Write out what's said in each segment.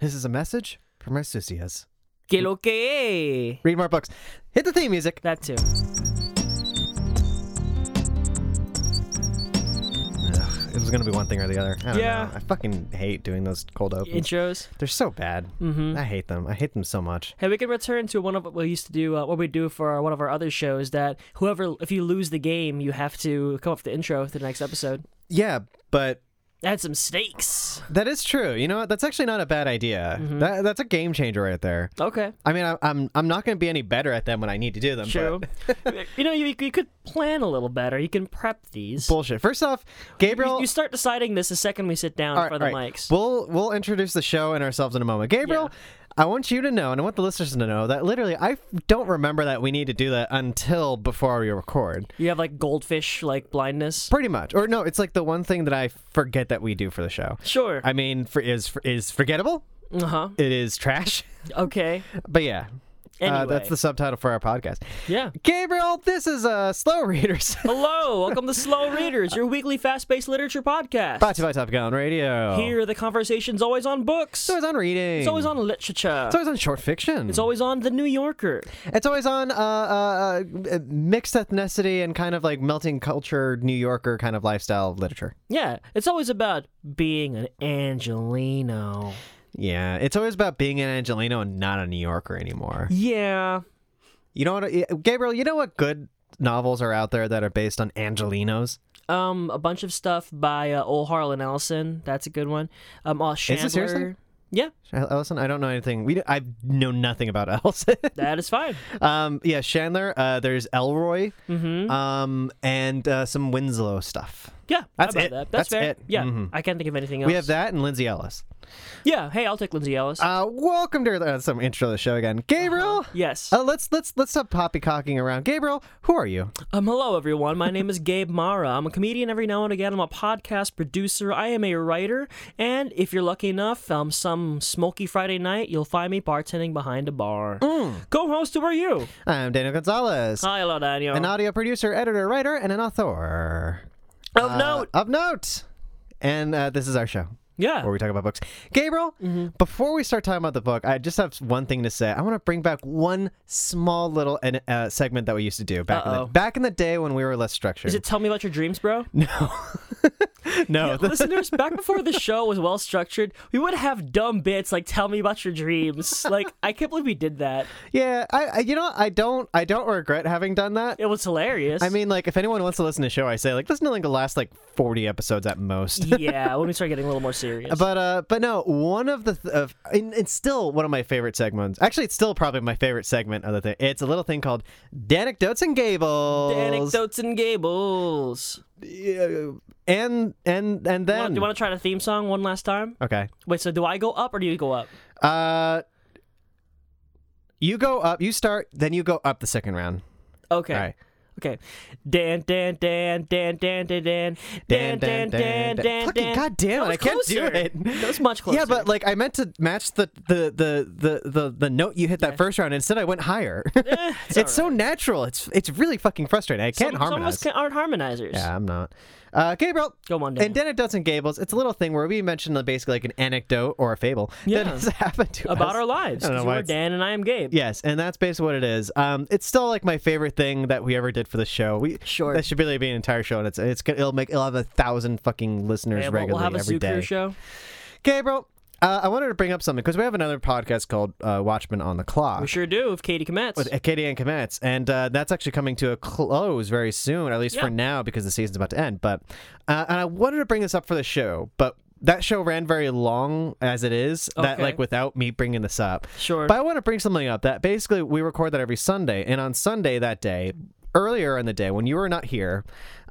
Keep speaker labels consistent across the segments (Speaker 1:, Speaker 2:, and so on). Speaker 1: This is a message from our Susias.
Speaker 2: Que lo que?
Speaker 1: Read more books. Hit the theme music.
Speaker 2: That too.
Speaker 1: Ugh, it was going to be one thing or the other. I don't
Speaker 2: Yeah.
Speaker 1: know. I fucking hate doing those cold opens.
Speaker 2: Intros.
Speaker 1: They're so bad. Mm-hmm. I hate them. I hate them so much.
Speaker 2: Hey, we can return to one of what we used to do, uh, what we do for our, one of our other shows. That whoever, if you lose the game, you have to come up with the intro to the next episode.
Speaker 1: Yeah, but
Speaker 2: Add some stakes.
Speaker 1: that is true. You know what? That's actually not a bad idea.
Speaker 2: Mm-hmm.
Speaker 1: That, that's a game changer right there.
Speaker 2: Okay,
Speaker 1: I mean, I, I'm I'm not going to be any better at them when I need to do them.
Speaker 2: true.
Speaker 1: But
Speaker 2: you know, you, you could plan a little better. You can prep these.
Speaker 1: bullshit. First off, Gabriel.
Speaker 2: You start deciding this the second we sit down
Speaker 1: all right,
Speaker 2: for the
Speaker 1: all right.
Speaker 2: mics.
Speaker 1: We'll we'll introduce the show and ourselves in a moment. Gabriel, I want you to know, and I want the listeners to know that literally, I f- don't remember that we need to do that until before we record.
Speaker 2: you have like goldfish like blindness.
Speaker 1: Pretty much, or no, it's like the one thing that I forget that we do for the show.
Speaker 2: Sure.
Speaker 1: I mean, for, is is forgettable.
Speaker 2: Uh huh.
Speaker 1: It is trash.
Speaker 2: Okay.
Speaker 1: But yeah, uh,
Speaker 2: Anyway.
Speaker 1: that's the subtitle for our podcast.
Speaker 2: Yeah.
Speaker 1: Gabriel, this is uh, Slow Readers,
Speaker 2: Hello, welcome to Slow Readers, your weekly fast-paced literature podcast.
Speaker 1: brought to you by Topic on Radio.
Speaker 2: Here, the conversation's always on books.
Speaker 1: it's always on reading.
Speaker 2: It's always on literature.
Speaker 1: It's always on short fiction.
Speaker 2: It's always on The New Yorker.
Speaker 1: It's always on uh, uh, uh, mixed ethnicity and kind of like melting culture, New Yorker kind of lifestyle literature.
Speaker 2: Yeah, it's always about being an Angelino.
Speaker 1: Yeah, it's always about being an Angelino and not a New Yorker anymore.
Speaker 2: Yeah.
Speaker 1: You know what, yeah, Gabriel? You know what good novels are out there that are based on Angelinos?
Speaker 2: Um, a bunch of stuff by uh, old Harlan Ellison. That's a good one. Um, uh, Chandler.
Speaker 1: it seriously?
Speaker 2: Yeah,
Speaker 1: Ellison, I don't know anything. We I know nothing about Ellison.
Speaker 2: that is fine.
Speaker 1: um, yeah, Chandler. Uh, there's Elroy. Um, and uh, some Winslow stuff.
Speaker 2: Yeah,
Speaker 1: That's
Speaker 2: how about
Speaker 1: it.
Speaker 2: That.
Speaker 1: That's
Speaker 2: That's, fair.
Speaker 1: it. Mm-hmm.
Speaker 2: Yeah, I can't think of anything else.
Speaker 1: We have that and Lindsay Ellis.
Speaker 2: Yeah. Hey, I'll take Lindsay Ellis.
Speaker 1: Uh, welcome to uh, some intro to the show again, Gabriel.
Speaker 2: yes.
Speaker 1: Uh, let's let's let's stop poppycocking around. Gabriel, who are you?
Speaker 2: Um, hello, everyone. My name is Gabe Mara. I'm a comedian every now and again. I'm a podcast producer. I am a writer. And if you're lucky enough, um, some smoky Friday night, you'll find me bartending behind a bar.
Speaker 1: Mm.
Speaker 2: Co host, who are you?
Speaker 1: I'm Daniel Gonzalez,
Speaker 2: Hi, hello, Daniel.
Speaker 1: an audio producer, editor, writer, and an author.
Speaker 2: of
Speaker 1: Uh,
Speaker 2: note.
Speaker 1: of note. And uh, this is our show
Speaker 2: Yeah.
Speaker 1: where we talk about books. Gabriel,
Speaker 2: Mm-hmm.
Speaker 1: before we start talking about the book, I just have one thing to say. I want to bring back one small little uh, segment that we used to do back in the,
Speaker 2: Uh-oh.
Speaker 1: back in the day when we were less structured.
Speaker 2: Is it Tell Me About Your Dreams, bro?
Speaker 1: no, this-
Speaker 2: Listeners, back before the show was well structured, we would have dumb bits like Tell Me About Your Dreams. like, I can't believe we did that.
Speaker 1: yeah, I, I you know I don't I don't regret having done that.
Speaker 2: It was hilarious.
Speaker 1: I mean, like, if anyone wants to listen to the show, I say, like, listen to like the last like forty episodes at most.
Speaker 2: yeah, when we start getting a little more serious.
Speaker 1: But uh, but no, one of the th- of and it's still one of my favorite segments. Actually, it's still probably my favorite segment of the thing. It's a little thing called Danecdotes and Gables.
Speaker 2: Anecdotes and Gables.
Speaker 1: Yeah, and and and
Speaker 2: Do
Speaker 1: then
Speaker 2: you want to try the theme song one last time?
Speaker 1: okay.
Speaker 2: Wait, so do I go up or do you go up?
Speaker 1: Uh, you go up. You start. Then you go up the second round.
Speaker 2: Okay.
Speaker 1: All right.
Speaker 2: Okay. Dan dan dan dan dan dan dan dan dan dan dan.
Speaker 1: Fucking
Speaker 2: dan.
Speaker 1: goddamn
Speaker 2: That
Speaker 1: it! I can't
Speaker 2: was
Speaker 1: do
Speaker 2: closer.
Speaker 1: it.
Speaker 2: That was much closer.
Speaker 1: Yeah, but like I meant to match the the the the the, the note you hit that first round. Instead, I went higher.
Speaker 2: Eh,
Speaker 1: it's so natural. It's it's really fucking frustrating. I can't
Speaker 2: some, some of
Speaker 1: harmonize.
Speaker 2: us can, aren't harmonizers.
Speaker 1: Yeah, I'm not. Uh, Gabriel.
Speaker 2: Go on,
Speaker 1: And
Speaker 2: Dan.
Speaker 1: Anecdotes and Gables. It's a little thing where we mention like, basically like an anecdote or a fable
Speaker 2: Yeah.
Speaker 1: that has happened to us
Speaker 2: About our lives.
Speaker 1: I don't know
Speaker 2: 'cause
Speaker 1: why
Speaker 2: You're
Speaker 1: it's-
Speaker 2: Dan and I am Gabe.
Speaker 1: Yes, and that's basically what it is. Um, it's still like my favorite thing that we ever did for the show. We
Speaker 2: Sure.
Speaker 1: that should really be an entire show, and it's it's gonna- it'll make it'll have a thousand fucking listeners
Speaker 2: And we'll, we'll
Speaker 1: regularly
Speaker 2: have a
Speaker 1: every
Speaker 2: zoo
Speaker 1: day.
Speaker 2: crew show.
Speaker 1: Gabriel, uh, I wanted to bring up something because we have another podcast called uh, Watchmen on the Clock.
Speaker 2: We sure do. If Katie commits.
Speaker 1: with Katie and Kometz, and uh, that's actually coming to a close very soon, at least
Speaker 2: Yeah.
Speaker 1: for now, because the season's about to end. But uh, and I wanted to bring this up for the show, but that show ran very long as it is. That
Speaker 2: Okay.
Speaker 1: like without me bringing this up,
Speaker 2: Sure.
Speaker 1: But I want to bring something up that basically we record that every Sunday, and on Sunday that day, earlier in the day when you were not here.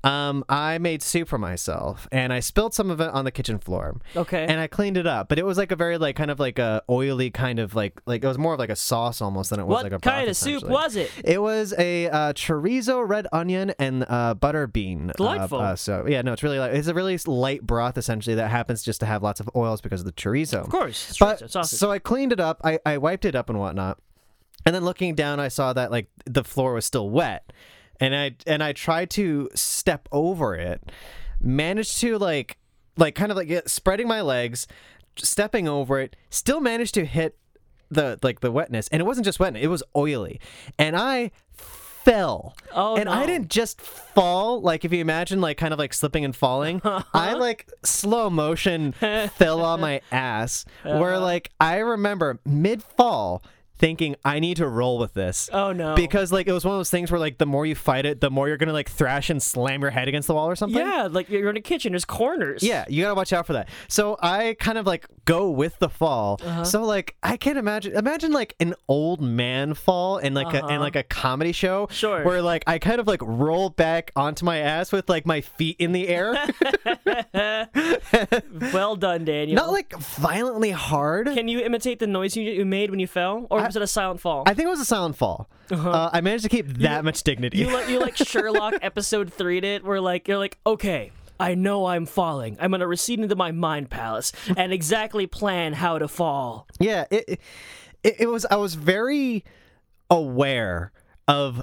Speaker 1: Um, I made soup for myself, and I spilled some of it on the kitchen floor.
Speaker 2: Okay.
Speaker 1: and I cleaned it up, but it was like a very like kind of like a oily kind of like like it was more of like a sauce almost than it was
Speaker 2: what
Speaker 1: like a broth,
Speaker 2: kind of soup
Speaker 1: essentially.
Speaker 2: was it?
Speaker 1: It was a uh, chorizo, red onion, and uh, butter bean. uh,
Speaker 2: Delightful.
Speaker 1: uh, so yeah, no, it's really light. It's a really light broth essentially that happens just to have lots of oils because of the chorizo.
Speaker 2: Of course. it's
Speaker 1: But
Speaker 2: chorizo, sausage.
Speaker 1: so I cleaned it up. I, I wiped it up and whatnot. And then looking down, I saw that like the floor was still wet, and I and I tried to step over it, managed to like like kind of like get- spreading my legs. stepping over it, still managed to hit the like the wetness, and it wasn't just wet; it was oily, and I fell.
Speaker 2: Oh,
Speaker 1: and I
Speaker 2: no.
Speaker 1: didn't just fall like if you imagine like kind of like slipping and falling.
Speaker 2: Uh-huh.
Speaker 1: I like slow motion fell on my ass,
Speaker 2: Uh-huh.
Speaker 1: where like I remember mid fall thinking I need to roll with this.
Speaker 2: Oh, no.
Speaker 1: Because like it was one of those things where like the more you fight it, the more you're gonna like thrash and slam your head against the wall or something.
Speaker 2: Yeah, like you're in a kitchen. There's corners.
Speaker 1: Yeah, you gotta watch out for that. So I kind of like go with the fall.
Speaker 2: Uh-huh.
Speaker 1: So like I can't imagine imagine like an old man fall in like a, in like a comedy show.
Speaker 2: Uh-huh. Sure.
Speaker 1: Where like I kind of like roll back onto my ass with like my feet in the air,
Speaker 2: Well done, Daniel.
Speaker 1: not like violently hard.
Speaker 2: Can you imitate the noise you, you made when you fell, or was it a silent fall?
Speaker 1: I think it was a silent fall. Uh, I managed to keep that much dignity.
Speaker 2: Uh-huh. you like you like Sherlock episode three did, where like you're like, okay, I know I'm falling. I'm gonna recede into my mind palace and exactly plan how to fall.
Speaker 1: Yeah, it, it it was. I was very aware of.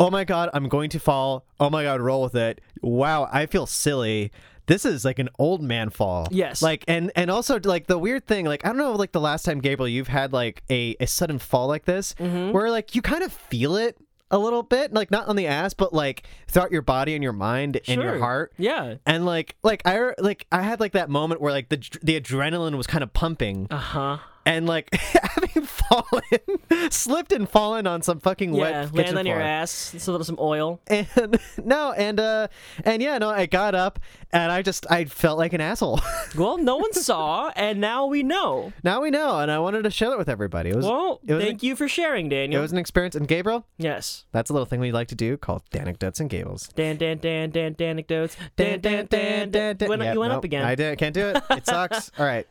Speaker 1: Oh my god, I'm going to fall. Oh my god, roll with it. Wow, I feel silly. This is like an old man fall.
Speaker 2: Yes.
Speaker 1: Like and and also like the weird thing, like I don't know, like the last time Gabriel, you've had like a a sudden fall like this,
Speaker 2: Mm-hmm.
Speaker 1: where like you kind of feel it a little bit, like not on the ass, but like throughout your body and your mind and your
Speaker 2: Sure.
Speaker 1: heart
Speaker 2: Yeah.
Speaker 1: and like like I like I had like that moment where like the dr- the adrenaline was kind of pumping,
Speaker 2: Uh huh.
Speaker 1: and like having fallen, slipped and fallen on some fucking
Speaker 2: Yeah.
Speaker 1: wet kitchen
Speaker 2: Land on your
Speaker 1: floor.
Speaker 2: ass. So there's some oil.
Speaker 1: And no, and uh, and yeah, no, I got up and I just I felt like an asshole.
Speaker 2: Well, no one saw, and now we know.
Speaker 1: now we know, and I wanted to share it with everybody. It was
Speaker 2: Well,
Speaker 1: it was
Speaker 2: thank you for sharing,
Speaker 1: it
Speaker 2: Daniel.
Speaker 1: was an experience. And Gabriel,
Speaker 2: yes.
Speaker 1: that's a little thing we like to do called anecdotes and gables.
Speaker 2: Dan dan dan dan dan anecdotes. Dan dan dan dan. Went-
Speaker 1: Yeah,
Speaker 2: you went
Speaker 1: nope,
Speaker 2: up again.
Speaker 1: I did, can't do it. It sucks. All right,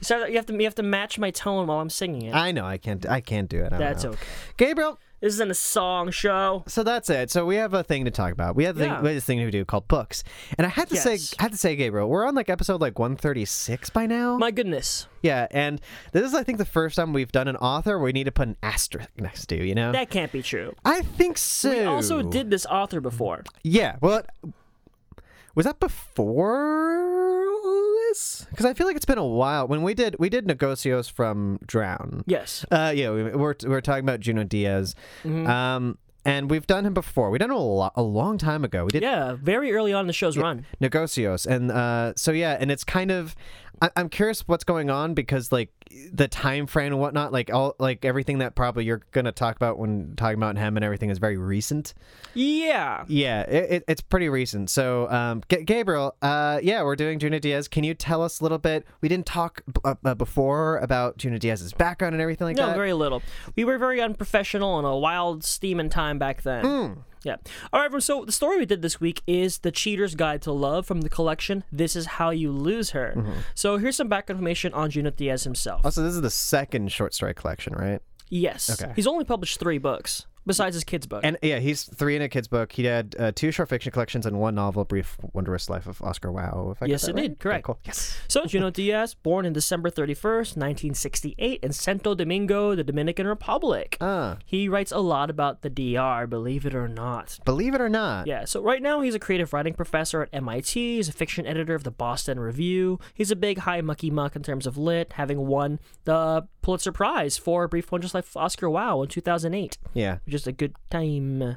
Speaker 2: So you have to you have to match my tone while I'm singing it.
Speaker 1: I know I can't. I can't do it. I don't
Speaker 2: That's
Speaker 1: know.
Speaker 2: okay.
Speaker 1: Gabriel.
Speaker 2: This isn't a song show.
Speaker 1: so that's it. So we have a thing to talk about. We have, a thing,
Speaker 2: Yeah.
Speaker 1: we have this thing to do called books, and I had to
Speaker 2: Yes.
Speaker 1: say, I had to say, Gabriel, we're on like episode like one thirty six by now.
Speaker 2: My goodness,
Speaker 1: yeah, and this is I think the first time we've done an author. where We need to put an asterisk next to you know.
Speaker 2: that can't be true.
Speaker 1: I think so.
Speaker 2: We also did this author before.
Speaker 1: Yeah. Well, it- was that before this? Because I feel like it's been a while. When we did, we did Negocios from Drown.
Speaker 2: Yes.
Speaker 1: Uh, yeah, we, we're we're talking about Juno Diaz,
Speaker 2: Mm-hmm.
Speaker 1: um, and we've done him before. We done him a, lo- a long time ago. We did
Speaker 2: Yeah, very early on in the show's run.
Speaker 1: Negocios, and uh, so yeah, and it's kind of. I- I'm curious what's going on because like the time frame and whatnot, like all like everything that probably you're gonna talk about when talking about him and everything is very recent.
Speaker 2: Yeah.
Speaker 1: Yeah, it, it, it's pretty recent. So, um, G- Gabriel, uh, yeah, we're doing Juno Diaz. Can you tell us a little bit? We didn't talk b- uh, uh, before about Juno Diaz's background and everything like
Speaker 2: No,
Speaker 1: that.
Speaker 2: very little. We were very unprofessional and a wild steam and time back then.
Speaker 1: Hmm.
Speaker 2: Yeah. All right, everyone. So the story we did this week is The Cheater's Guide to Love from the collection This Is How You Lose Her.
Speaker 1: Mm-hmm.
Speaker 2: So here's some back information on Juno Diaz himself.
Speaker 1: also, this is the second short story collection, right?
Speaker 2: Yes.
Speaker 1: Okay.
Speaker 2: He's only published three books besides his kids' book.
Speaker 1: And yeah, he's three in a kid's book. He had uh, two short fiction collections and one novel, Brief Wondrous Life of Oscar Wilde. If I got
Speaker 2: Yes,
Speaker 1: that
Speaker 2: it
Speaker 1: right.
Speaker 2: did.
Speaker 1: Okay,
Speaker 2: Correct.
Speaker 1: cool. Yes.
Speaker 2: So, Juno Diaz, born in December 31st, 1968, in Santo Domingo, the Dominican Republic.
Speaker 1: Ah.
Speaker 2: He writes a lot about the DR, believe it or not.
Speaker 1: Believe it or not.
Speaker 2: Yeah, so right now he's a creative writing professor at MIT. He's a fiction editor of the Boston Review. He's a big high mucky muck in terms of lit, having won the Pulitzer Prize for A Brief Wondrous Life of Oscar Wilde in 2008
Speaker 1: Yeah.
Speaker 2: which is a good time.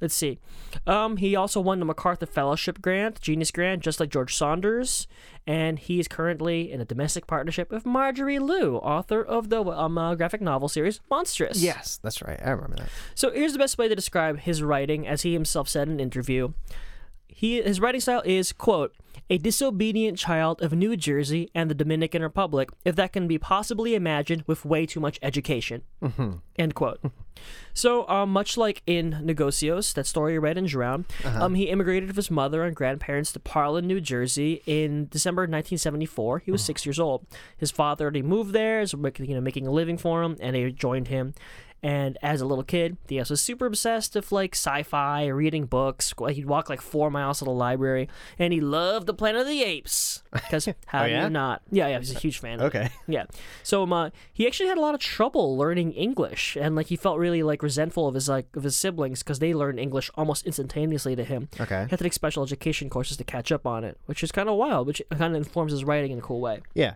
Speaker 2: Let's see. Um, he also won the MacArthur Fellowship Grant, Genius Grant, just like George Saunders, and he is currently in a domestic partnership with Marjorie Liu, author of the um, uh, graphic novel series Monstrous.
Speaker 1: Yes, that's right. I remember that.
Speaker 2: So here's the best way to describe his writing, as he himself said in an interview. He his writing style is quote a disobedient child of New Jersey and the Dominican Republic, if that can be possibly imagined, with way too much education. End quote. So, um, much like in Negocios, that story you read in Drown,
Speaker 1: Uh-huh.
Speaker 2: um, he immigrated with his mother and grandparents to Parlin, New Jersey in December 1974. He was
Speaker 1: Uh-huh.
Speaker 2: six years old. His father already moved there, so making, you know, making a living for him, and they joined him. And as a little kid, Diaz was super obsessed with like sci-fi, reading books. He'd walk like four miles to the library, and he loved the Planet of the Apes. Because how do
Speaker 1: Oh, yeah?
Speaker 2: you not? Yeah, yeah, he's a huge fan. of it.
Speaker 1: Okay.
Speaker 2: Yeah. So um, uh, he actually had a lot of trouble learning English, and like he felt really like resentful of his like of his siblings because they learned English almost instantaneously to him.
Speaker 1: Okay.
Speaker 2: He had to take special education courses to catch up on it, which is kind of wild, which kind of informs his writing in a cool way.
Speaker 1: Yeah.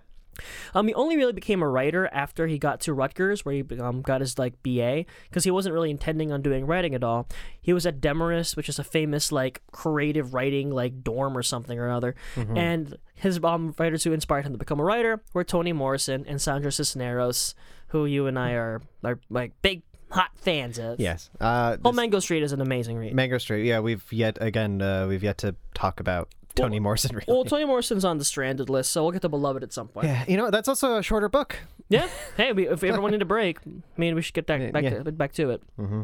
Speaker 2: Um, he only really became a writer after he got to Rutgers, where he um, got his like BA, because he wasn't really intending on doing writing at all. He was at Demarest, which is a famous like creative writing like dorm or something or other, and his um, writers who inspired him to become a writer were Toni Morrison and Sandra Cisneros, who you and I are are like big hot fans of.
Speaker 1: Yes. Uh,
Speaker 2: Whole
Speaker 1: this-
Speaker 2: Mango Street is an amazing read.
Speaker 1: Mango Street. Yeah, we've yet again uh, we've yet to talk about Toni Morrison. Really.
Speaker 2: Well, Toni Morrison's on the stranded list, so we'll get to Beloved at some point.
Speaker 1: yeah, you know what? that's also a shorter book.
Speaker 2: Yeah. Hey, we, if everyone need a break, I mean, we should get that back
Speaker 1: yeah.
Speaker 2: to, back to it. Mm-hmm.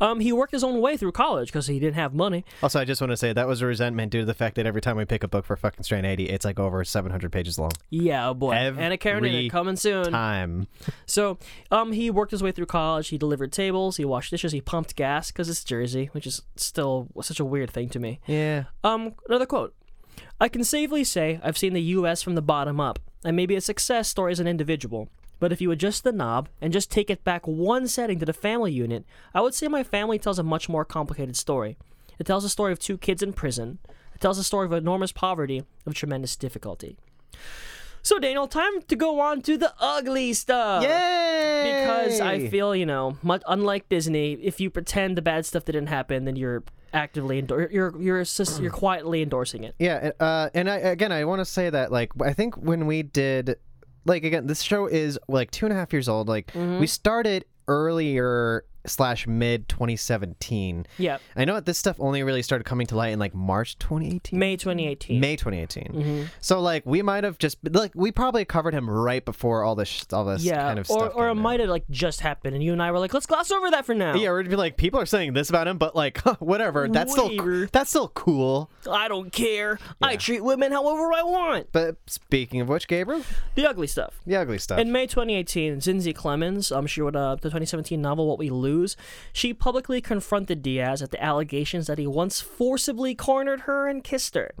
Speaker 2: Um, he worked his own way through college because he didn't have money.
Speaker 1: Also, I just want to say that was a resentment due to the fact that every time we pick a book for fucking Strain 80, it's like over 700 pages long.
Speaker 2: Yeah, oh boy.
Speaker 1: Every
Speaker 2: Anna Karenina coming soon.
Speaker 1: Time.
Speaker 2: So, um, he worked his way through college. He delivered tables. He washed dishes. He pumped gas because it's Jersey, which is still such a weird thing to me.
Speaker 1: Yeah.
Speaker 2: Um, another quote. I can safely say I've seen the U.S. from the bottom up. I may be a success story as an individual, but if you adjust the knob and just take it back one setting to the family unit, I would say my family tells a much more complicated story. It tells a story of two kids in prison. It tells a story of enormous poverty, of tremendous difficulty. So, Daniel, time to go on to the ugly stuff.
Speaker 1: Yay!
Speaker 2: Because I feel, you know, much, unlike Disney, if you pretend the bad stuff didn't happen, then you're actively endor- you're you're sus- you're quietly endorsing it.
Speaker 1: Yeah, and, uh, and I, again, I want to say that like I think when we did, like again, this show is like two and a half years old. Like
Speaker 2: Mm-hmm.
Speaker 1: we started earlier slash mid 2017.
Speaker 2: Yeah,
Speaker 1: I know that this stuff only really started coming to light in like March 2018.
Speaker 2: May Mm-hmm. 2018.
Speaker 1: May 2018. So like we might have just like we probably covered him right before all this all this
Speaker 2: yeah,
Speaker 1: kind of
Speaker 2: or
Speaker 1: stuff.
Speaker 2: or it
Speaker 1: came out.
Speaker 2: might have like just happened, and you and I were like, let's gloss over that for now.
Speaker 1: yeah, or it'd be like people are saying this about him, but like whatever. That's still
Speaker 2: Whatever.
Speaker 1: that's still cool.
Speaker 2: I don't care. I treat women however I want.
Speaker 1: But speaking of which, Gabriel,
Speaker 2: The ugly stuff.
Speaker 1: the ugly stuff.
Speaker 2: In May 2018, Zinzi Clemens, um, she wrote uh, the 2017 novel What We Lose. She publicly confronted Diaz at the allegations that he once forcibly cornered her and kissed her.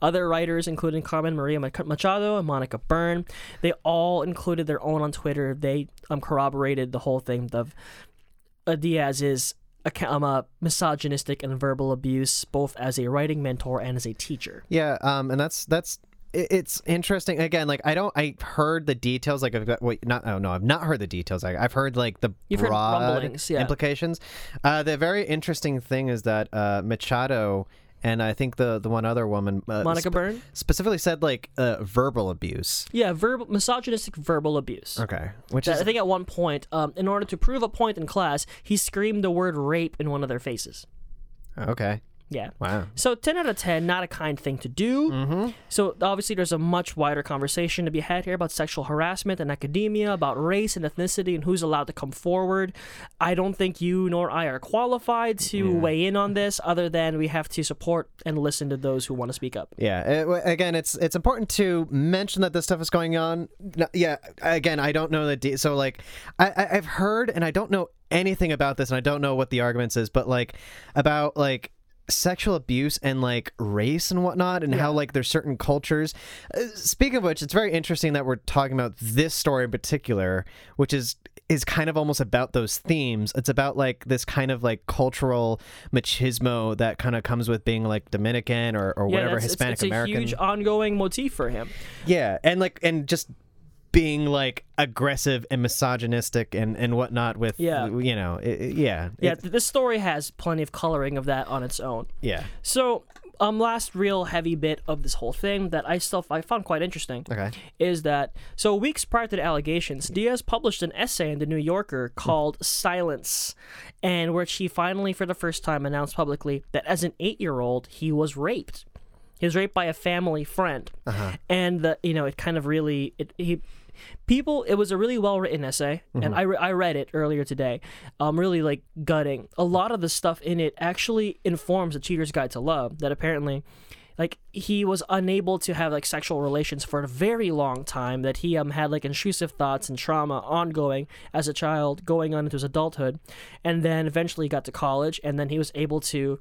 Speaker 2: Other writers, including Carmen Maria Mach- Machado and Monica Byrne, they all included their own on Twitter. They um, corroborated the whole thing of uh, Diaz is a, um, uh, misogynistic and verbal abuse, both as a writing mentor and as a teacher.
Speaker 1: Yeah, um, and that's that's i- it's interesting. Again, like I don't, I heard the details. Like I've got wait, not oh no, I've not heard the details. I, I've heard like the
Speaker 2: You've heard
Speaker 1: broad
Speaker 2: rumblings, yeah.
Speaker 1: implications. Uh, the very interesting thing is that uh, Machado and I think the the one other woman, uh,
Speaker 2: Monica
Speaker 1: sp-
Speaker 2: Byrne?
Speaker 1: specifically said like uh, verbal abuse.
Speaker 2: Yeah, verbal misogynistic verbal abuse.
Speaker 1: Okay, which
Speaker 2: that-
Speaker 1: is
Speaker 2: I think at one point, um, in order to prove a point in class, he screamed the word rape in one of their faces.
Speaker 1: okay.
Speaker 2: Yeah.
Speaker 1: Wow.
Speaker 2: So 10 out of 10, not a kind thing to do. Mm-hmm. So obviously, there's a much wider conversation to be had here about sexual harassment and academia, about race and ethnicity, and who's allowed to come forward. I don't think you nor I are qualified to weigh in on this, other than we have to support and listen to those who want to speak up.
Speaker 1: Yeah. it- w- again, it's it's important to mention that this stuff is going on. No, yeah. Again, I don't know the de- so like I, I I've heard and I don't know anything about this and I don't know what the arguments is, but like about like sexual abuse and like race and whatnot and how like there's certain cultures Uh, speaking of which it's very interesting that we're talking about this story in particular which is is kind of almost about those themes it's about like this kind of like cultural machismo that kind of comes with being like dominican or, or
Speaker 2: Yeah,
Speaker 1: whatever
Speaker 2: that's- it's-
Speaker 1: Hispanic
Speaker 2: it's,
Speaker 1: American.
Speaker 2: a huge ongoing motif for him.
Speaker 1: Yeah, and like and just being like aggressive and misogynistic and and whatnot with
Speaker 2: Yeah.
Speaker 1: you know i- i- yeah
Speaker 2: Yeah,
Speaker 1: It-
Speaker 2: th- this story has plenty of coloring of that on its own.
Speaker 1: yeah
Speaker 2: So, um, last real heavy bit of this whole thing that I still I found quite interesting
Speaker 1: okay
Speaker 2: is that so weeks prior to the allegations, Diaz published an essay in the New Yorker called "Silence," and where she finally, for the first time, announced publicly that as an eight-year-old, he was raped. He was raped by a family friend, and the you know it kind of really it he. People, it was a really well written essay, and I, re- I read it earlier today. Um, really like gutting. A lot of the stuff in it actually informs the Cheater's Guide to Love that apparently like he was unable to have like sexual relations for a very long time that he um had like intrusive thoughts and trauma ongoing as a child going on into his adulthood and then eventually got to college and then he was able to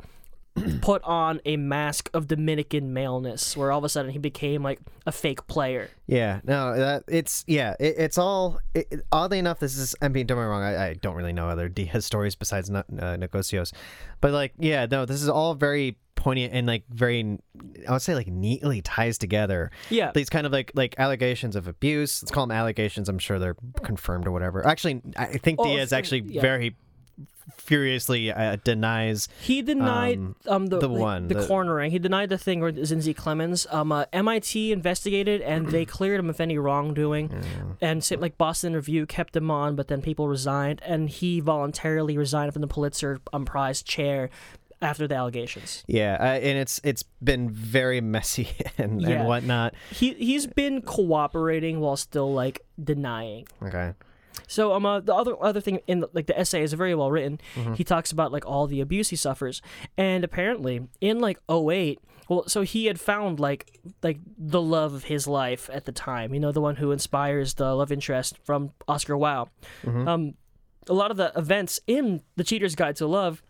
Speaker 2: put on a mask of dominican maleness where all of a sudden he became like a fake player
Speaker 1: yeah no that it's yeah it, it's all it, it- oddly enough this is I mean don't get me wrong I, I don't really know other Diaz stories besides not uh, Negocios but like yeah no this is all very poignant and like very, I would say like neatly ties together
Speaker 2: Yeah.
Speaker 1: these kind of like like allegations of abuse. Let's call them allegations. I'm sure they're confirmed or whatever. Actually, I think
Speaker 2: Oh,
Speaker 1: Diaz
Speaker 2: uh,
Speaker 1: actually
Speaker 2: yeah.
Speaker 1: very furiously uh, denies.
Speaker 2: He denied um,
Speaker 1: Um,
Speaker 2: the,
Speaker 1: the
Speaker 2: the
Speaker 1: one,
Speaker 2: the,
Speaker 1: the-
Speaker 2: cornering. He denied the thing with Zinzi Clemens. Um, uh, MIT investigated and they cleared him of any wrongdoing. And same like Boston Review kept him on, but then people resigned, and he voluntarily resigned from the Pulitzer um, Prize chair after the allegations.
Speaker 1: Yeah, uh, and it's it's been very messy and,
Speaker 2: Yeah.
Speaker 1: and whatnot.
Speaker 2: He he's been cooperating while still like denying.
Speaker 1: Okay.
Speaker 2: So um, uh, the other other thing in the, like the essay is very well written. He talks about like all the abuse he suffers, and apparently in like 08, well, so he had found like like the love of his life at the time. You know, the one who inspires the love interest from Oscar Wilde. Um, a lot of the events in the Cheater's Guide to Love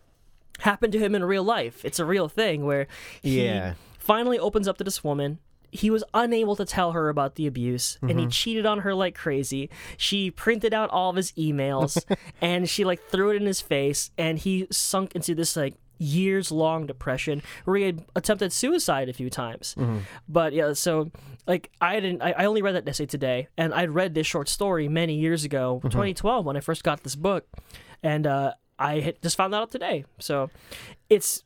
Speaker 2: happened to him in real life. It's a real thing where he
Speaker 1: Yeah.
Speaker 2: finally opens up to this woman. He was unable to tell her about the abuse and he cheated on her like crazy. She printed out all of his emails and she like threw it in his face and he sunk into this like years long depression where he had attempted suicide a few times. But yeah, so like I didn't I, I only read that essay today and I'd read this short story many years ago, 2012 when I first got this book and uh I had just found that out today. So it's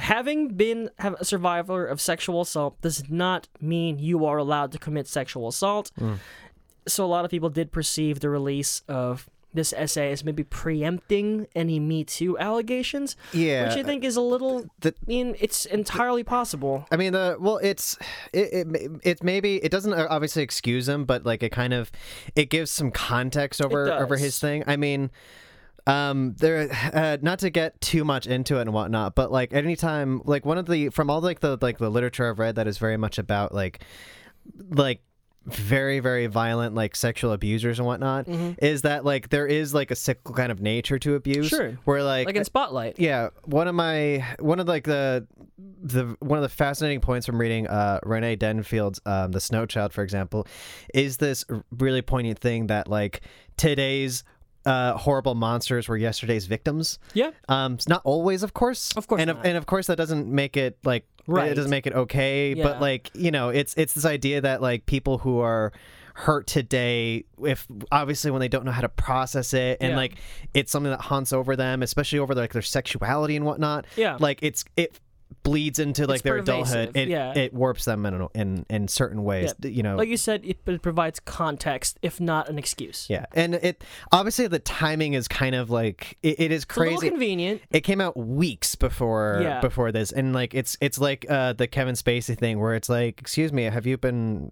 Speaker 2: having been have a survivor of sexual assault does not mean you are allowed to commit sexual assault.
Speaker 1: Mm.
Speaker 2: So a lot of people did perceive the release of this essay as maybe preempting any Me Too allegations,
Speaker 1: Yeah.
Speaker 2: which I think is a little.
Speaker 1: the-
Speaker 2: I mean, it's entirely possible.
Speaker 1: I mean, the well, it's it, it may- it maybe it doesn't uh, obviously excuse him, but like it kind of it gives some context over over
Speaker 2: does.
Speaker 1: his thing. I mean, um, there uh, not to get too much into it and whatnot, but like anytime, like one of the from all like the like the literature I've read that is very much about like like very very violent like sexual abusers and whatnot
Speaker 2: Mm-hmm.
Speaker 1: is that like there is like a cyclical kind of nature to abuse
Speaker 2: Sure.
Speaker 1: where
Speaker 2: Like in Spotlight.
Speaker 1: yeah one of my one of like the the one of the fascinating points from reading uh renee denfield's um the snow child for example is this r- really poignant thing that like today's uh horrible monsters were yesterday's victims
Speaker 2: Yeah.
Speaker 1: um it's not always of course
Speaker 2: Of course
Speaker 1: and of,
Speaker 2: not.
Speaker 1: and of course that doesn't make it like
Speaker 2: Right.
Speaker 1: it doesn't make it okay
Speaker 2: Yeah.
Speaker 1: but like you know it's it's this idea that like people who are hurt today if obviously when they don't know how to process it and
Speaker 2: Yeah.
Speaker 1: like it's something that haunts over them especially over like their sexuality and whatnot
Speaker 2: Yeah.
Speaker 1: like it's it bleeds into like their adulthood
Speaker 2: pervasive,
Speaker 1: it,
Speaker 2: yeah.
Speaker 1: it warps them in, in in certain ways you know
Speaker 2: Like you said, it, it provides context, if not an excuse.
Speaker 1: yeah and it obviously the timing is kind of like it, it is
Speaker 2: It's a little
Speaker 1: crazy
Speaker 2: convenient.
Speaker 1: it came out weeks before
Speaker 2: Yeah.
Speaker 1: before this and like it's it's like uh the kevin spacey thing where it's like excuse me have you been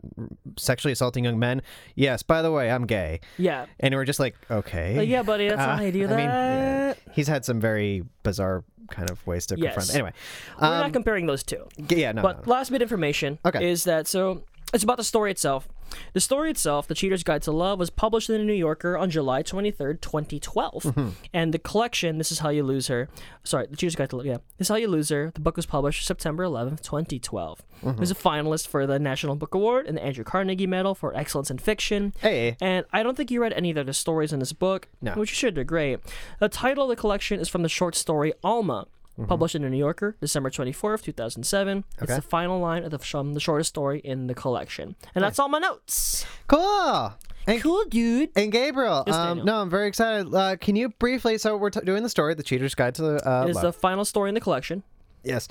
Speaker 1: sexually assaulting young men yes by the way i'm gay
Speaker 2: Yeah.
Speaker 1: and we're just like okay
Speaker 2: Like, yeah, buddy, that's
Speaker 1: Uh,
Speaker 2: not how you do
Speaker 1: I
Speaker 2: that.
Speaker 1: mean, yeah. he's had some very bizarre kind of ways to confront
Speaker 2: Yes.
Speaker 1: that. anyway um,
Speaker 2: We're not comparing those two.
Speaker 1: g- yeah no, no,
Speaker 2: But
Speaker 1: no.
Speaker 2: last bit of information
Speaker 1: Okay.
Speaker 2: is that so it's about the story itself. The story itself, The Cheater's Guide to Love, was published in the New Yorker on July 23rd, 2012.
Speaker 1: Mm-hmm.
Speaker 2: And the collection, This Is How You Lose Her, sorry, The Cheater's Guide to Love, yeah, This Is How You Lose Her, the book was published September 11th, 2012. It was a
Speaker 1: Mm-hmm.
Speaker 2: finalist for the National Book Award and the Andrew Carnegie Medal for Excellence in Fiction.
Speaker 1: hey
Speaker 2: And I don't think you read any of the stories in this book,
Speaker 1: No.
Speaker 2: which you should. They're great. The title of the collection is from the short story Alma, published in the New Yorker, December 24th, 2007. It's
Speaker 1: Mm-hmm. Okay.
Speaker 2: the final line of the, from the shortest story in the collection. And that's all my notes.
Speaker 1: cool and
Speaker 2: Cool, dude.
Speaker 1: and Gabriel, um,
Speaker 2: Daniel.
Speaker 1: no, I'm very excited. Uh, can you briefly? So we're t- doing the story, the Cheater's Guide to the. Uh,
Speaker 2: It is
Speaker 1: Love.
Speaker 2: the final story in the collection.
Speaker 1: Yes.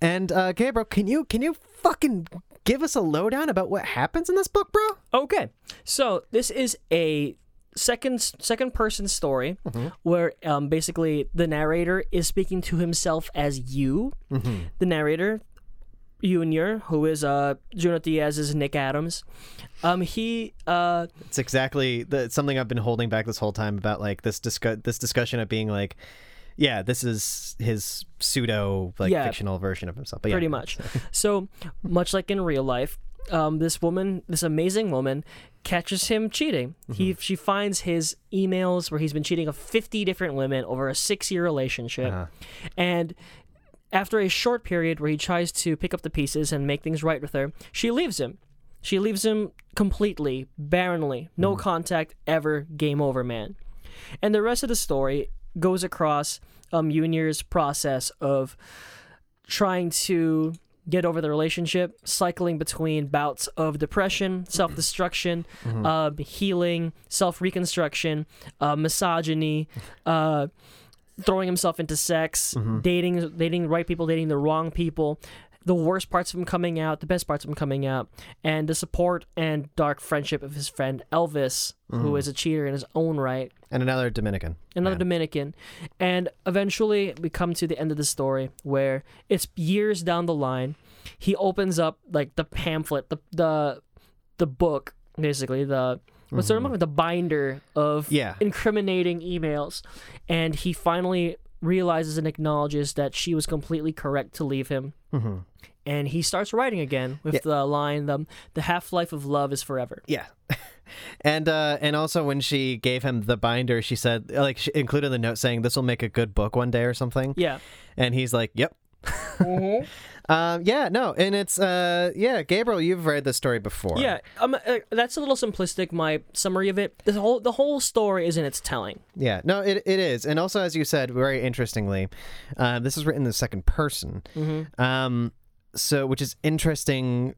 Speaker 1: And uh Gabriel, can you can you fucking give us a lowdown about what happens in this book, bro?
Speaker 2: Okay, so this is a second second person story where um, basically the narrator is speaking to himself as you, the narrator. Junior, who is uh Juno Diaz's Nick Adams, um he uh
Speaker 1: It's exactly the something I've been holding back this whole time about like this discu- this discussion of being like yeah, this is his pseudo like
Speaker 2: Yeah.
Speaker 1: fictional version of himself. But yeah.
Speaker 2: pretty much. so much like in real life, um, this woman, this amazing woman, catches him cheating. He she finds his emails where he's been cheating of fifty different women over a six year relationship, and. After a short period where he tries to pick up the pieces and make things right with her, she leaves him. She leaves him completely, barrenly, no contact ever, game over, man. And the rest of the story goes across um, Junior's process of trying to get over the relationship, cycling between bouts of depression, self destruction, uh, healing, self reconstruction, uh, misogyny, uh, throwing himself into sex, dating dating the right people, dating the wrong people. The worst parts of him coming out, the best parts of him coming out, and the support and dark friendship of his friend Elvis, who is a cheater in his own right,
Speaker 1: and another Dominican.
Speaker 2: another
Speaker 1: man.
Speaker 2: Dominican. And eventually, we come to the end of the story where it's years down the line. He opens up like the pamphlet, the the the book, basically the what's the name of it? the binder of
Speaker 1: Yeah.
Speaker 2: incriminating emails, and he finally realizes and acknowledges that she was completely correct to leave him. And he starts writing again with the line, "the the half life of love is forever."
Speaker 1: Yeah. And uh, and also when she gave him the binder, she said like she included the note saying this will make a good book one day or something.
Speaker 2: Yeah,
Speaker 1: And he's like, "Yep." Um, yeah, no, and it's uh, yeah, Gabriel, you've read this story before.
Speaker 2: yeah. Um, uh, that's a little simplistic. My summary of it. The whole the whole story is in its telling.
Speaker 1: Yeah, no, it, it is. And also, as you said, very interestingly, uh, this is written in the second person.
Speaker 2: Mm-hmm.
Speaker 1: Um, so, which is interesting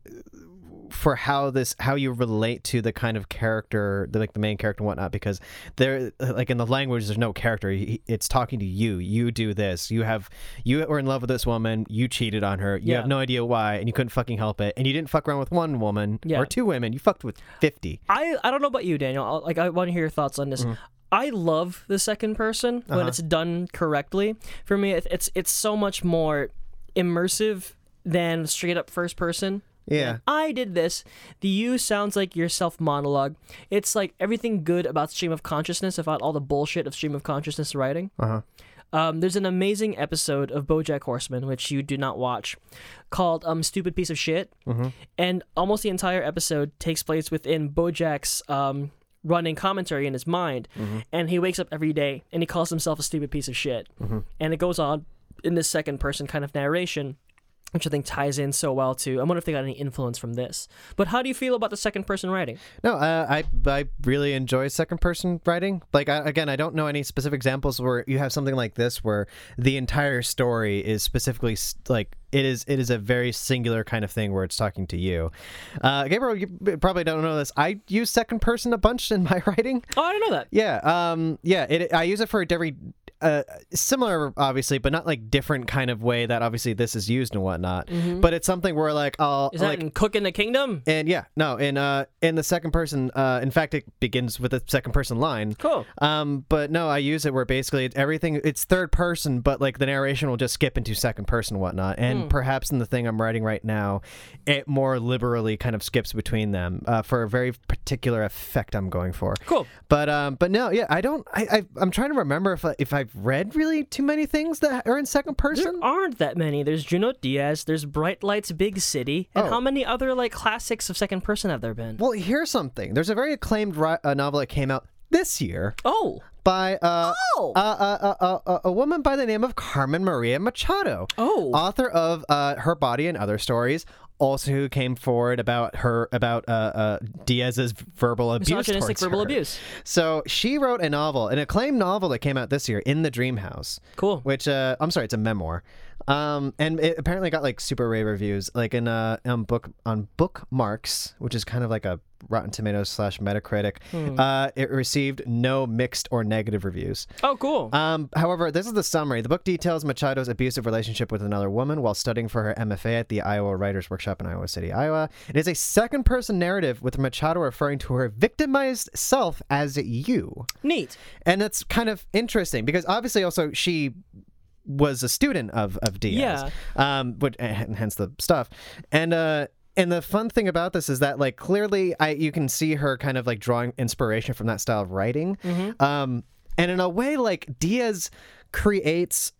Speaker 1: for how this, how you relate to the kind of character, the, like the main character and whatnot, because there, like in the language, there's no character. He- It's talking to you. You do this. You have, you were in love with this woman. You cheated on her. You
Speaker 2: Yeah.
Speaker 1: have no idea why, and you couldn't fucking help it. And you didn't fuck around with one woman
Speaker 2: Yeah.
Speaker 1: or two women. You fucked with 50.
Speaker 2: I I don't know about you, Daniel. I'll, like I want to hear your thoughts on this. I love the second person when it's done correctly. For me, it, it's it's so much more immersive than straight up first person.
Speaker 1: Yeah.
Speaker 2: I did this. The you sounds like your self monologue. It's like everything good about stream of consciousness, about all the bullshit of stream of consciousness writing.
Speaker 1: Uh-huh.
Speaker 2: Um, there's an amazing episode of BoJack Horseman, which you do not watch, called um, "Stupid Piece of Shit,"
Speaker 1: Mm-hmm.
Speaker 2: and almost the entire episode takes place within BoJack's um, running commentary in his mind,
Speaker 1: Mm-hmm.
Speaker 2: and he wakes up every day and he calls himself a stupid piece of shit,
Speaker 1: Mm-hmm.
Speaker 2: and it goes on in this second person kind of narration. Which I think ties in so well to. I wonder if they got any influence from this. But how do you feel about the second person writing?
Speaker 1: No, uh, I I really enjoy second person writing. Like I, again, I don't know any specific examples where you have something like this where the entire story is specifically s- like it is it is a very singular kind of thing where it's talking to you. Uh, Gabriel, you b- probably don't know this. I use second person a bunch in my writing.
Speaker 2: Oh, I don't know that.
Speaker 1: Yeah, um, yeah. It, I use it for a very uh, similar, obviously, but not like different kind of way that obviously this is used and whatnot. But it's something where like I'll
Speaker 2: Mm-hmm. Is that
Speaker 1: like
Speaker 2: in Cook in the Kingdom?
Speaker 1: and yeah, no, and uh, in the second person, uh, in fact, it begins with a second person line.
Speaker 2: Cool.
Speaker 1: Um, but no, I use it where basically it- everything it's third person, but like the narration will just skip into second person and whatnot. And
Speaker 2: Hmm.
Speaker 1: perhaps in the thing I'm writing right now, it more liberally kind of skips between them uh, for a very particular effect I'm going for.
Speaker 2: Cool.
Speaker 1: But um, but no, yeah, I don't. I, I I'm trying to remember if I, if I've read really too many things that are in second
Speaker 2: There
Speaker 1: person.
Speaker 2: aren't that many. There's Juno Diaz, there's Bright Lights Big City, and
Speaker 1: Oh.
Speaker 2: how many other like classics of second person have there been?
Speaker 1: Well, here's something. There's a very acclaimed ri- uh, novel that came out this year
Speaker 2: Oh.
Speaker 1: by uh,
Speaker 2: Oh.
Speaker 1: uh, uh, uh, uh, uh, a woman by the name of Carmen Maria Machado,
Speaker 2: Oh.
Speaker 1: author of uh, Her Body and Other Stories, also who came forward about her about uh, uh, Diaz's verbal abuse.
Speaker 2: Misogynistic
Speaker 1: towards
Speaker 2: verbal
Speaker 1: her.
Speaker 2: abuse.
Speaker 1: So she wrote a novel, an acclaimed novel that came out this year, In the Dream House.
Speaker 2: Cool.
Speaker 1: Which uh, I'm sorry, it's a memoir, um, and it apparently got like super rave reviews, like in uh, on book on Bookmarks, which is kind of like a Rotten Tomatoes slash Metacritic. Uh, it received no mixed or negative reviews.
Speaker 2: Oh, cool.
Speaker 1: Um, however, this is the summary. The book details Machado's abusive relationship with another woman while studying for her MFA at the Iowa Writers Workshop in Iowa City, Iowa. It is a second person narrative with Machado referring to her victimized self as you.
Speaker 2: Neat.
Speaker 1: And that's kind of interesting because obviously also she was a student of of Diaz, um, which and hence the stuff, and uh, and the fun thing about this is that like clearly I you can see her kind of like drawing inspiration from that style of writing, um, and in a way like Diaz creates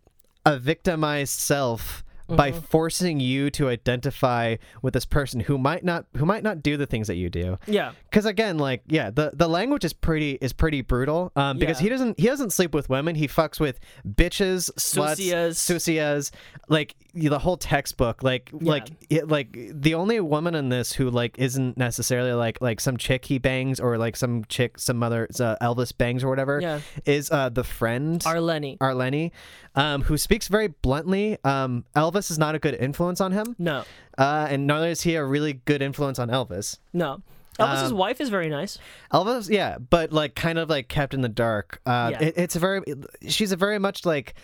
Speaker 1: a victimized self by forcing you to identify with this person who might not who might not do the things that you do
Speaker 2: Yeah.
Speaker 1: because again like yeah the the language is pretty is pretty brutal um because
Speaker 2: Yeah.
Speaker 1: he doesn't he doesn't sleep with women he fucks with bitches sluts
Speaker 2: Sucias.
Speaker 1: sucias like the whole textbook like like it, like the only woman in this who like isn't necessarily like like some chick he bangs or like some chick some other uh, Elvis bangs or whatever
Speaker 2: Yeah.
Speaker 1: is uh the friend
Speaker 2: Arleni.
Speaker 1: Arleni um who speaks very bluntly um Elvis is not a good influence on him
Speaker 2: No,
Speaker 1: uh and neither is he a really good influence on Elvis
Speaker 2: no. Elvis's wife is very nice.
Speaker 1: Elvis, yeah, but like kind of like kept in the dark. Uh,
Speaker 2: Yeah.
Speaker 1: it, it's a very, she's a very much like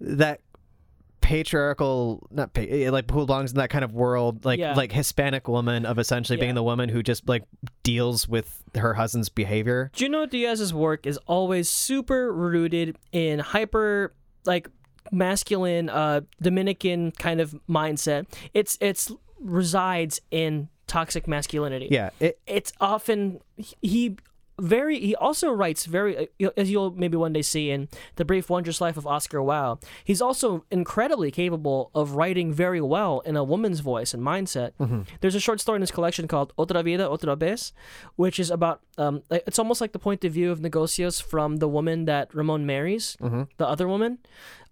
Speaker 1: that patriarchal, not pa- eh, like who belongs in that kind of world, like
Speaker 2: Yeah.
Speaker 1: like Hispanic woman of essentially
Speaker 2: Yeah.
Speaker 1: being the woman who just like deals with her husband's behavior.
Speaker 2: Juno Diaz's work is always super rooted in hyper like masculine uh Dominican kind of mindset. It's it's resides in toxic masculinity.
Speaker 1: Yeah, it,
Speaker 2: It's often he- he very he also writes very uh, as you'll maybe one day see in the brief wondrous life of Oscar Wilde. He's also incredibly capable of writing very well in a woman's voice and mindset. There's a short story in this collection called Otra Vida Otra Vez, which is about um like- it's almost like the point of view of Negocios from the woman that Ramon marries, the other woman.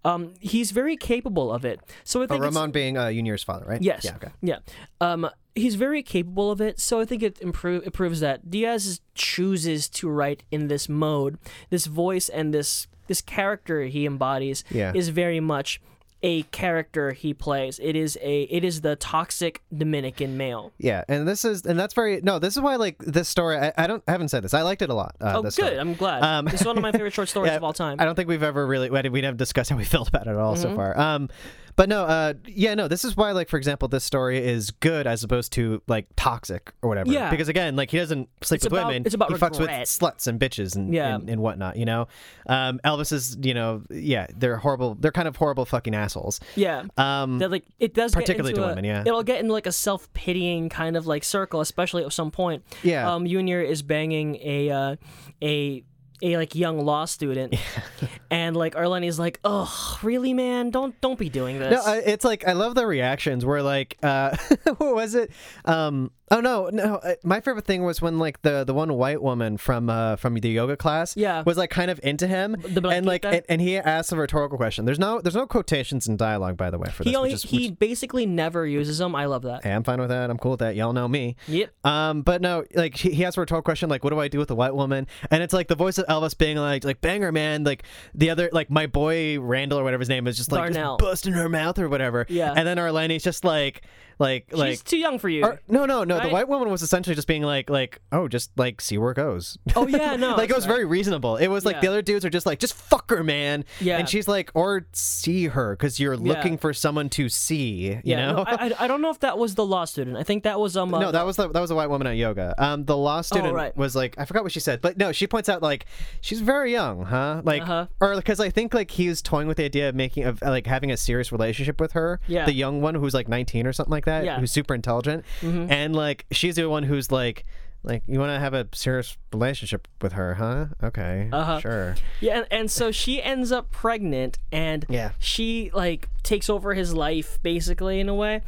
Speaker 2: Um, he's very capable of it. So I think it's-
Speaker 1: Ramon being uh, Junior's father, right?
Speaker 2: Yes.
Speaker 1: Yeah. Okay.
Speaker 2: Yeah. Um, he's very capable of it, so I think it improve it proves that Diaz is- chooses to write in this mode, this voice, and this this character he embodies
Speaker 1: Yeah.
Speaker 2: is very much a character he plays. It is a it is the toxic Dominican male.
Speaker 1: Yeah, and this is and that's very no. This is why like this story. I, I don't I haven't said this. I liked it a lot. Uh,
Speaker 2: Oh,
Speaker 1: this
Speaker 2: good.
Speaker 1: Story.
Speaker 2: I'm glad.
Speaker 1: Um,
Speaker 2: it's one of my favorite short stories
Speaker 1: Yeah,
Speaker 2: of all time. Mm-hmm.
Speaker 1: I don't think we've ever really we we haven't discussed how we felt about it at all so far. Um, but no, uh, yeah, no. This is why, like for example, this story is good as opposed to like toxic or whatever.
Speaker 2: Yeah.
Speaker 1: because again, like he doesn't sleep
Speaker 2: It's
Speaker 1: with
Speaker 2: about-
Speaker 1: women.
Speaker 2: it's about
Speaker 1: he fucks with
Speaker 2: regret.
Speaker 1: sluts and bitches and
Speaker 2: Yeah.
Speaker 1: and, and whatnot. You know, um, Elvis is you know yeah they're horrible. They're kind of horrible fucking assholes.
Speaker 2: yeah.
Speaker 1: Um,
Speaker 2: that like it does
Speaker 1: Particularly
Speaker 2: get into
Speaker 1: to
Speaker 2: a-
Speaker 1: women, yeah.
Speaker 2: it'll get into like a self pitying kind of like circle, especially at some point.
Speaker 1: Yeah.
Speaker 2: um, Junior is banging a uh, a a like young law student, and like Arleni's like, oh really, man, don't don't be doing this.
Speaker 1: No, I, it's like I love the reactions where like uh what was it? Um oh no, no, uh, my favorite thing was when like the the one white woman from uh from the yoga class
Speaker 2: Yeah.
Speaker 1: was like kind of into him
Speaker 2: The
Speaker 1: and like
Speaker 2: Blanquita?
Speaker 1: and, and he asked a rhetorical question. There's no there's no quotations in dialogue by the way for
Speaker 2: he
Speaker 1: this.
Speaker 2: only
Speaker 1: which is,
Speaker 2: he
Speaker 1: which-
Speaker 2: basically never uses them. I love that.
Speaker 1: hey, I'm fine with that. I'm cool with that. Y'all know me.
Speaker 2: Yep.
Speaker 1: Um, but no, like he, he asked a rhetorical question, like, "What do I do with a white woman?" And it's like the voice of Elvis being like, "Like banger, man!" Like the other, like my boy Randall or whatever his name is, just like
Speaker 2: Darnell.
Speaker 1: just busting her mouth or whatever.
Speaker 2: Yeah.
Speaker 1: And then Arlene's just like, like, like.
Speaker 2: She's too young for you.
Speaker 1: Ar- no, no, no. The
Speaker 2: Right?
Speaker 1: white woman was essentially just being like, like, oh, just like see where it goes.
Speaker 2: Oh, yeah, no,
Speaker 1: like it
Speaker 2: that's
Speaker 1: was very reasonable. It was like
Speaker 2: Yeah.
Speaker 1: the other dudes are just like, just fuck her, man.
Speaker 2: Yeah.
Speaker 1: And she's like, or see her because you're looking for someone to see. You
Speaker 2: yeah,
Speaker 1: know.
Speaker 2: no, I, I- I don't know if that was the law student. I think that was um. uh,
Speaker 1: No, that was the, that was a white woman at yoga. Um, the law student
Speaker 2: Oh, right.
Speaker 1: was like, I forgot what she said, but no, she points out like she's very young, huh? Like,
Speaker 2: Uh-huh.
Speaker 1: or because I think like he was toying with the idea of making of like having a serious relationship with her,
Speaker 2: Yeah.
Speaker 1: the young one who's like 19 or something like that,
Speaker 2: Yeah. Mm-hmm.
Speaker 1: who's super intelligent, and like she's the one who's like. Like you want to have a serious relationship with her, huh? Okay,
Speaker 2: Uh-huh.
Speaker 1: sure.
Speaker 2: Yeah, and, and so she ends up pregnant, and
Speaker 1: Yeah.
Speaker 2: she like takes over his life basically in a way.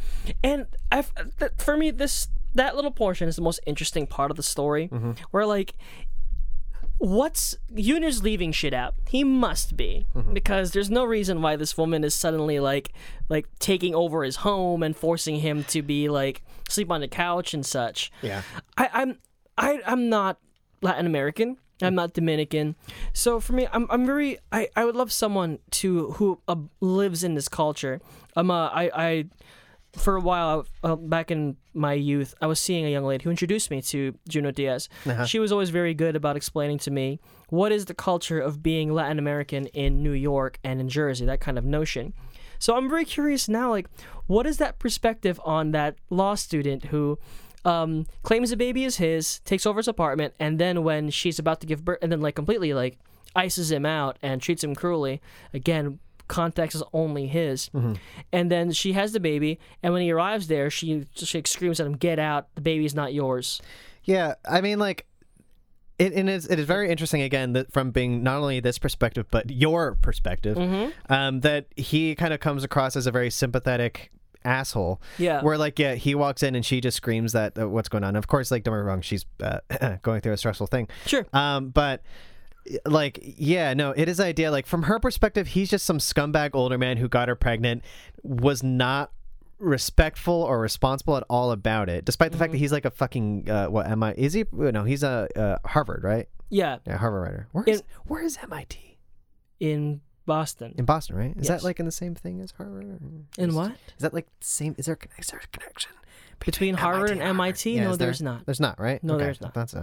Speaker 2: And I, th- for me, this that little portion is the most interesting part of the story, where like, what's Junior's leaving shit out? He must be because there's no reason why this woman is suddenly like like taking over his home and forcing him to be like sleep on the couch and such.
Speaker 1: Yeah,
Speaker 2: I, I'm I, I'm not Latin American. I'm not Dominican. So for me, I'm, I'm very I, I would love someone to who uh, lives in this culture. I'm uh, I I for a while uh, back in my youth, I was seeing a young lady who introduced me to Juno Diaz. She was always very good about explaining to me what is the culture of being Latin American in New York and in Jersey, that kind of notion. So I'm very curious now, like, what is that perspective on that law student who um, claims the baby is his, takes over his apartment, and then when she's about to give birth, and then like completely like ices him out and treats him cruelly. Again, context is only his. And then she has the baby, and when he arrives there, she she screams at him, "Get out! The baby's not yours."
Speaker 1: yeah. I mean, like, it, it is it is very interesting again that from being not only this perspective but your perspective, um, that he kind of comes across as a very sympathetic asshole.
Speaker 2: Yeah.
Speaker 1: Where like yeah, he walks in and she just screams that uh, what's going on. Of course, like don't get me wrong, she's uh, going through a stressful thing.
Speaker 2: Sure.
Speaker 1: Um, but like yeah no it is idea like from her perspective he's just some scumbag older man who got her pregnant was not respectful or responsible at all about it despite the fact
Speaker 2: Mm-hmm.
Speaker 1: that he's like a fucking uh, what am i is he no he's a uh, harvard right
Speaker 2: Yeah,
Speaker 1: yeah harvard writer where is
Speaker 2: In-
Speaker 1: where is mit
Speaker 2: in Boston.
Speaker 1: in boston right is
Speaker 2: Yes.
Speaker 1: that like in the same thing as harvard or
Speaker 2: In
Speaker 1: is-
Speaker 2: what?
Speaker 1: is that like the same is there, a- is there a connection
Speaker 2: Between Harvard and MIT?
Speaker 1: Yeah,
Speaker 2: no,
Speaker 1: is there-
Speaker 2: there's not.
Speaker 1: there's not right
Speaker 2: No, there's
Speaker 1: I
Speaker 2: not.
Speaker 1: thought so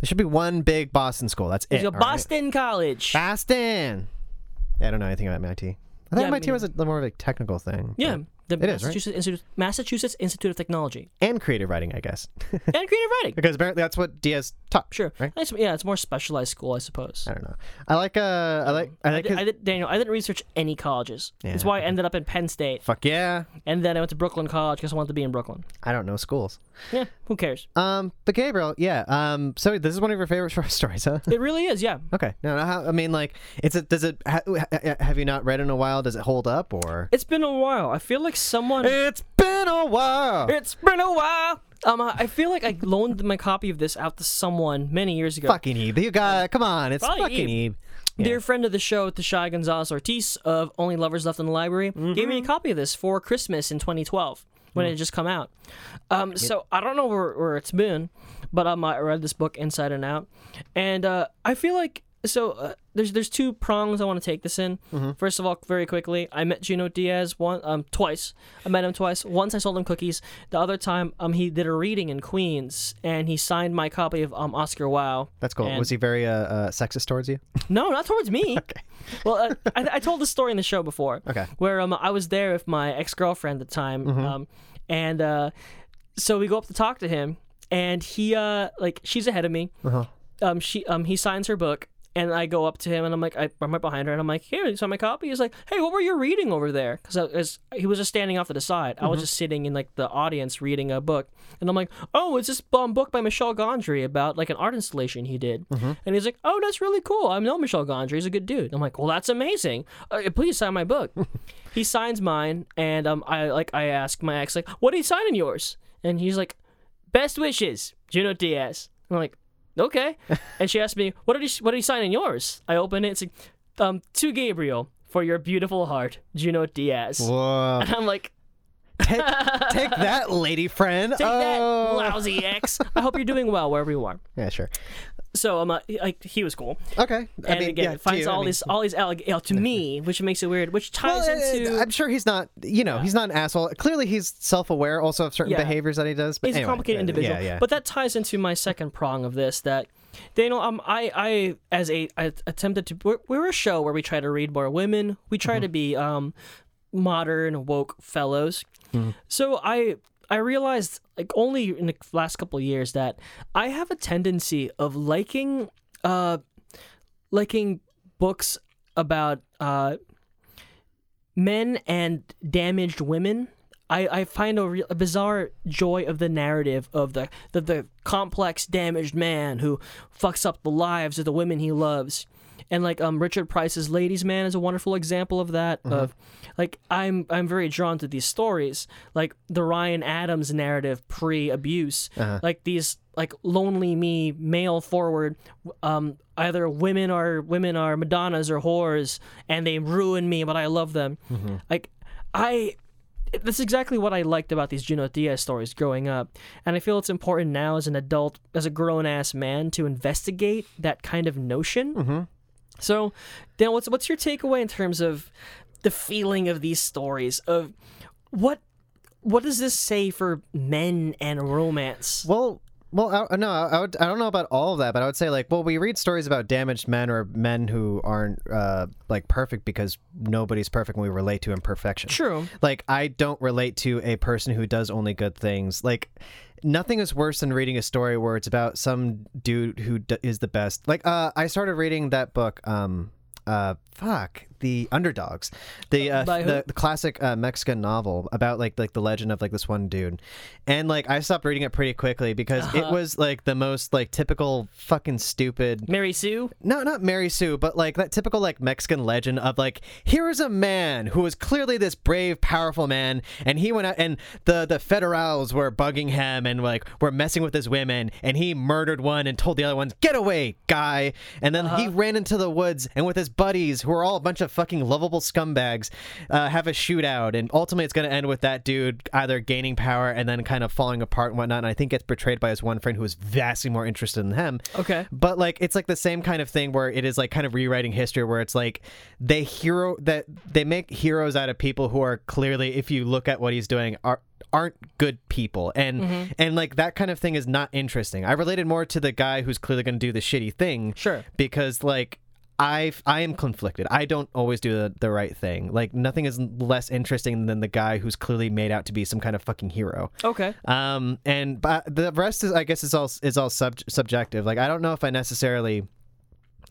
Speaker 1: there should be one big boston school that's it
Speaker 2: There's a
Speaker 1: all right?
Speaker 2: Boston College.
Speaker 1: Boston. Yeah, I don't know anything about MIT. I thought
Speaker 2: Yeah,
Speaker 1: MIT
Speaker 2: me
Speaker 1: was a more of a technical thing.
Speaker 2: Yeah, the
Speaker 1: It is, right?
Speaker 2: Massachusetts, Institute, Massachusetts Institute of Technology
Speaker 1: but- And creative writing, I guess.
Speaker 2: and creative writing.
Speaker 1: because apparently that's what Diaz taught.
Speaker 2: Sure.
Speaker 1: Right?
Speaker 2: It's- yeah, it's more specialized school, I suppose.
Speaker 1: I don't know. I like uh I like I
Speaker 2: I
Speaker 1: like
Speaker 2: did,
Speaker 1: his,
Speaker 2: I did, Daniel, I didn't research any colleges. That's
Speaker 1: Yeah.
Speaker 2: why I ended up in Penn State,
Speaker 1: fuck yeah.
Speaker 2: and then I went to Brooklyn College because I wanted to be in Brooklyn.
Speaker 1: I don't know schools.
Speaker 2: Yeah, who cares?
Speaker 1: Um but Gabriel, yeah. Um so this is one of your favorite short stories, huh?
Speaker 2: It really is. Yeah.
Speaker 1: okay. No, no how, I mean like it's a does it ha, ha- have you not read in a while? Does it hold up or
Speaker 2: It's been a while. I feel like someone.
Speaker 1: It's been a while.
Speaker 2: It's been a while. Um, I I feel like I loaned my copy of this out to someone many years ago.
Speaker 1: Fucking Eve. You got come on, it's
Speaker 2: Probably
Speaker 1: fucking Eve.
Speaker 2: Dear friend of the show, Tashai Gonzalez Ortiz of Only Lovers Left in the Library, gave me a copy of this for Christmas in 2012 when it had just come out. Um, So I don't know where, where it's been, but um, I read this book inside and out, and uh, I feel like so. Uh, there's there's two prongs I want to take this in. First of all, very quickly, I met Gino Diaz one um twice. I met him twice. Once I sold him cookies. The other time, um, he did a reading in Queens, and he signed my copy of um Oscar Wow.
Speaker 1: That's cool.
Speaker 2: And-
Speaker 1: Was he very uh, uh sexist towards you?
Speaker 2: no, not towards me. Well, uh, I, I told this story in the show before.
Speaker 1: Okay.
Speaker 2: Where um, I was there with my ex girlfriend at the time, um, and uh, so we go up to talk to him, and he uh, like she's ahead of me.
Speaker 1: Uh-huh.
Speaker 2: Um, she um, he signs her book, and I go up to him, and I'm like, I, I'm right behind her, and I'm like, here, you saw my copy. He's like, hey, what were you reading over there? Because he was just standing off to the side. I was just sitting in like the audience reading a book, and I'm like, oh, it's this um, book by Michel Gondry about like an art installation he did. And he's like, oh, that's really cool. I know Michel Gondry. He's a good dude. I'm like, well, that's amazing. Uh, please sign my book. he signs mine, and um, I like I ask my ex like, what did he sign in yours? And he's like, best wishes, Juno Diaz. I'm like, okay. and she asked me, what did he what did he sign in yours? I open it. It's like, um, to Gabriel for your beautiful heart, Juno Diaz.
Speaker 1: Whoa.
Speaker 2: And I'm like,
Speaker 1: take, take that, lady friend.
Speaker 2: take
Speaker 1: oh.
Speaker 2: that, lousy ex. I hope you're doing well wherever you are.
Speaker 1: Yeah, sure.
Speaker 2: So um, uh, he- like he was cool.
Speaker 1: Okay. I
Speaker 2: and
Speaker 1: mean,
Speaker 2: again,
Speaker 1: yeah,
Speaker 2: it finds
Speaker 1: to you, I
Speaker 2: all
Speaker 1: mean-
Speaker 2: these all these alleg- yeah, to me, which makes it weird, which ties
Speaker 1: Well,
Speaker 2: into
Speaker 1: uh, I'm sure he's not. You know, he's not an asshole. Clearly, he's self-aware also of certain
Speaker 2: Yeah.
Speaker 1: behaviors that he does. But
Speaker 2: he's
Speaker 1: anyway,
Speaker 2: a complicated
Speaker 1: uh,
Speaker 2: individual.
Speaker 1: Yeah, yeah.
Speaker 2: But that ties into my second prong of this that. Daniel, um, I, I, as a, I attempted to, we're, we're a show where we try to read more women. We try
Speaker 1: Mm-hmm.
Speaker 2: to be um, modern woke fellows.
Speaker 1: Mm-hmm.
Speaker 2: So I, I realized like only in the last couple of years that I have a tendency of liking, uh, liking books about uh, men and damaged women. I, I find a, real, a bizarre joy of the narrative of the, the the complex damaged man who fucks up the lives of the women he loves, and like um Richard Price's Ladies Man is a wonderful example of that. Of like I'm I'm very drawn to these stories, like the Ryan Adams narrative pre abuse, like these like lonely me male forward um either women are women are madonnas or whores and they ruin me but i love them like i that's exactly what i liked about these juno diaz stories growing up and i feel it's important now as an adult as a grown-ass man to investigate that kind of notion so, Dan, what's what's your takeaway in terms of the feeling of these stories of what what does this say for men and romance?
Speaker 1: Well, well, I, no, I, would, I don't know about all of that, but I would say like, well, we read stories about damaged men or men who aren't uh, like perfect because nobody's perfect, and we relate to imperfection.
Speaker 2: True.
Speaker 1: Like, I don't relate to a person who does only good things. Like, nothing is worse than reading a story where it's about some dude who d- is the best. Like, uh, I started reading that book. Um, uh, fuck. the underdogs, the uh,
Speaker 2: By who?
Speaker 1: the, the classic uh, Mexican novel about like like the legend of like this one dude, and like I stopped reading it pretty quickly because
Speaker 2: Uh-huh.
Speaker 1: it was like the most like typical fucking stupid
Speaker 2: Mary Sue.
Speaker 1: no, not Mary Sue, but like that typical like Mexican legend of like here is a man who was clearly this brave, powerful man, and he went out and the the federals were bugging him and like were messing with his women, and he murdered one and told the other ones get away, guy, and then he ran into the woods and with his buddies who are all a bunch of fucking lovable scumbags, uh, have a shootout, and ultimately it's gonna end with that dude either gaining power and then kind of falling apart and whatnot. And I think it's portrayed by his one friend who is vastly more interested in him
Speaker 2: Okay.
Speaker 1: but like it's like the same kind of thing where it is like kind of rewriting history where it's like they hero that they make heroes out of people who are clearly if you look at what he's doing are aren't good people and and like that kind of thing is not interesting i related more to the guy who's clearly going to do the shitty thing
Speaker 2: Sure.
Speaker 1: because like I I am conflicted. I don't always do the, the right thing. Like nothing is less interesting than the guy who's clearly made out to be some kind of fucking hero.
Speaker 2: Okay.
Speaker 1: Um, and but the rest is, I guess, is all is all sub- subjective. Like, I don't know if I necessarily.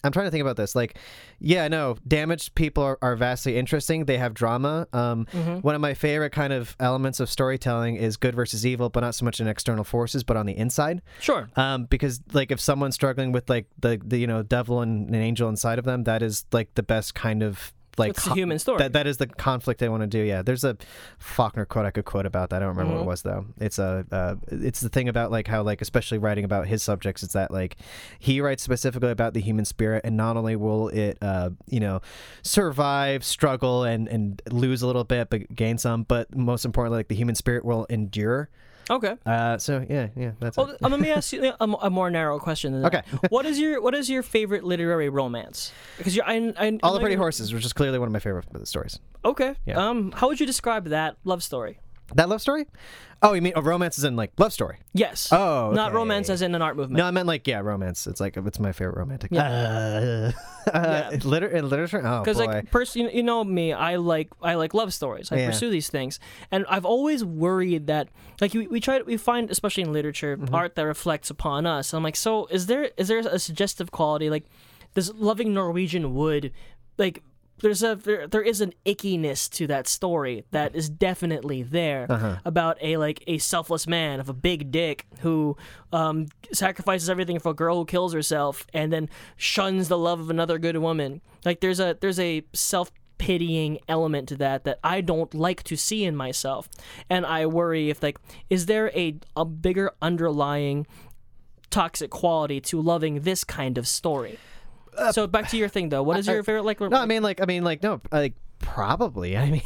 Speaker 1: I'm trying to think about this. Like, yeah, no, damaged people are, are vastly interesting. They have drama. Um, One of my favorite kind of elements of storytelling is good versus evil, but not so much in external forces, but on the inside.
Speaker 2: Sure.
Speaker 1: Um, because like if someone's struggling with like the, the you know devil and an angel inside of them, that is like the best kind of like
Speaker 2: It's a human story.
Speaker 1: That that is the conflict they want to do. Yeah, there's a Faulkner quote I could quote about that. I don't remember
Speaker 2: Mm-hmm.
Speaker 1: what it was though. It's a uh, it's the thing about like how like especially writing about his subjects is that like he writes specifically about the human spirit, and not only will it uh you know survive, struggle, and and lose a little bit, but gain some, but most importantly, like the human spirit will endure.
Speaker 2: Okay.
Speaker 1: Uh, so yeah, yeah, that's it.
Speaker 2: Well, um, let me ask you a, a more narrow question. Than that.
Speaker 1: Okay.
Speaker 2: what is your What is your favorite literary romance? Because you're I, I,
Speaker 1: All the Pretty Horses, which is clearly one of my favorite stories.
Speaker 2: Okay.
Speaker 1: Yeah.
Speaker 2: Um, how would you describe that love story?
Speaker 1: That love story? Oh, you mean oh, romance is in like love story?
Speaker 2: Yes.
Speaker 1: Oh,
Speaker 2: Not
Speaker 1: okay.
Speaker 2: romance as in an art movement.
Speaker 1: No, I meant like yeah, romance. It's like it's my favorite romantic. Uh, uh, liter- in literature. Oh boy.
Speaker 2: because like person you know me i like i like love stories i
Speaker 1: Yeah.
Speaker 2: pursue these things and i've always worried that like we, we try we find especially in literature art that reflects upon us i'm like so is there is there a suggestive quality like this loving norwegian wood like there's a there, there is an ickiness to that story that is definitely there about a like a selfless man of a big dick who um, sacrifices everything for a girl who kills herself and then shuns the love of another good woman like there's a there's a self pitying element to that that I don't like to see in myself and I worry if like is there a a bigger underlying toxic quality to loving this kind of story so back to your thing though what is your favorite like
Speaker 1: no, Uh, I mean like I mean like no like probably. I mean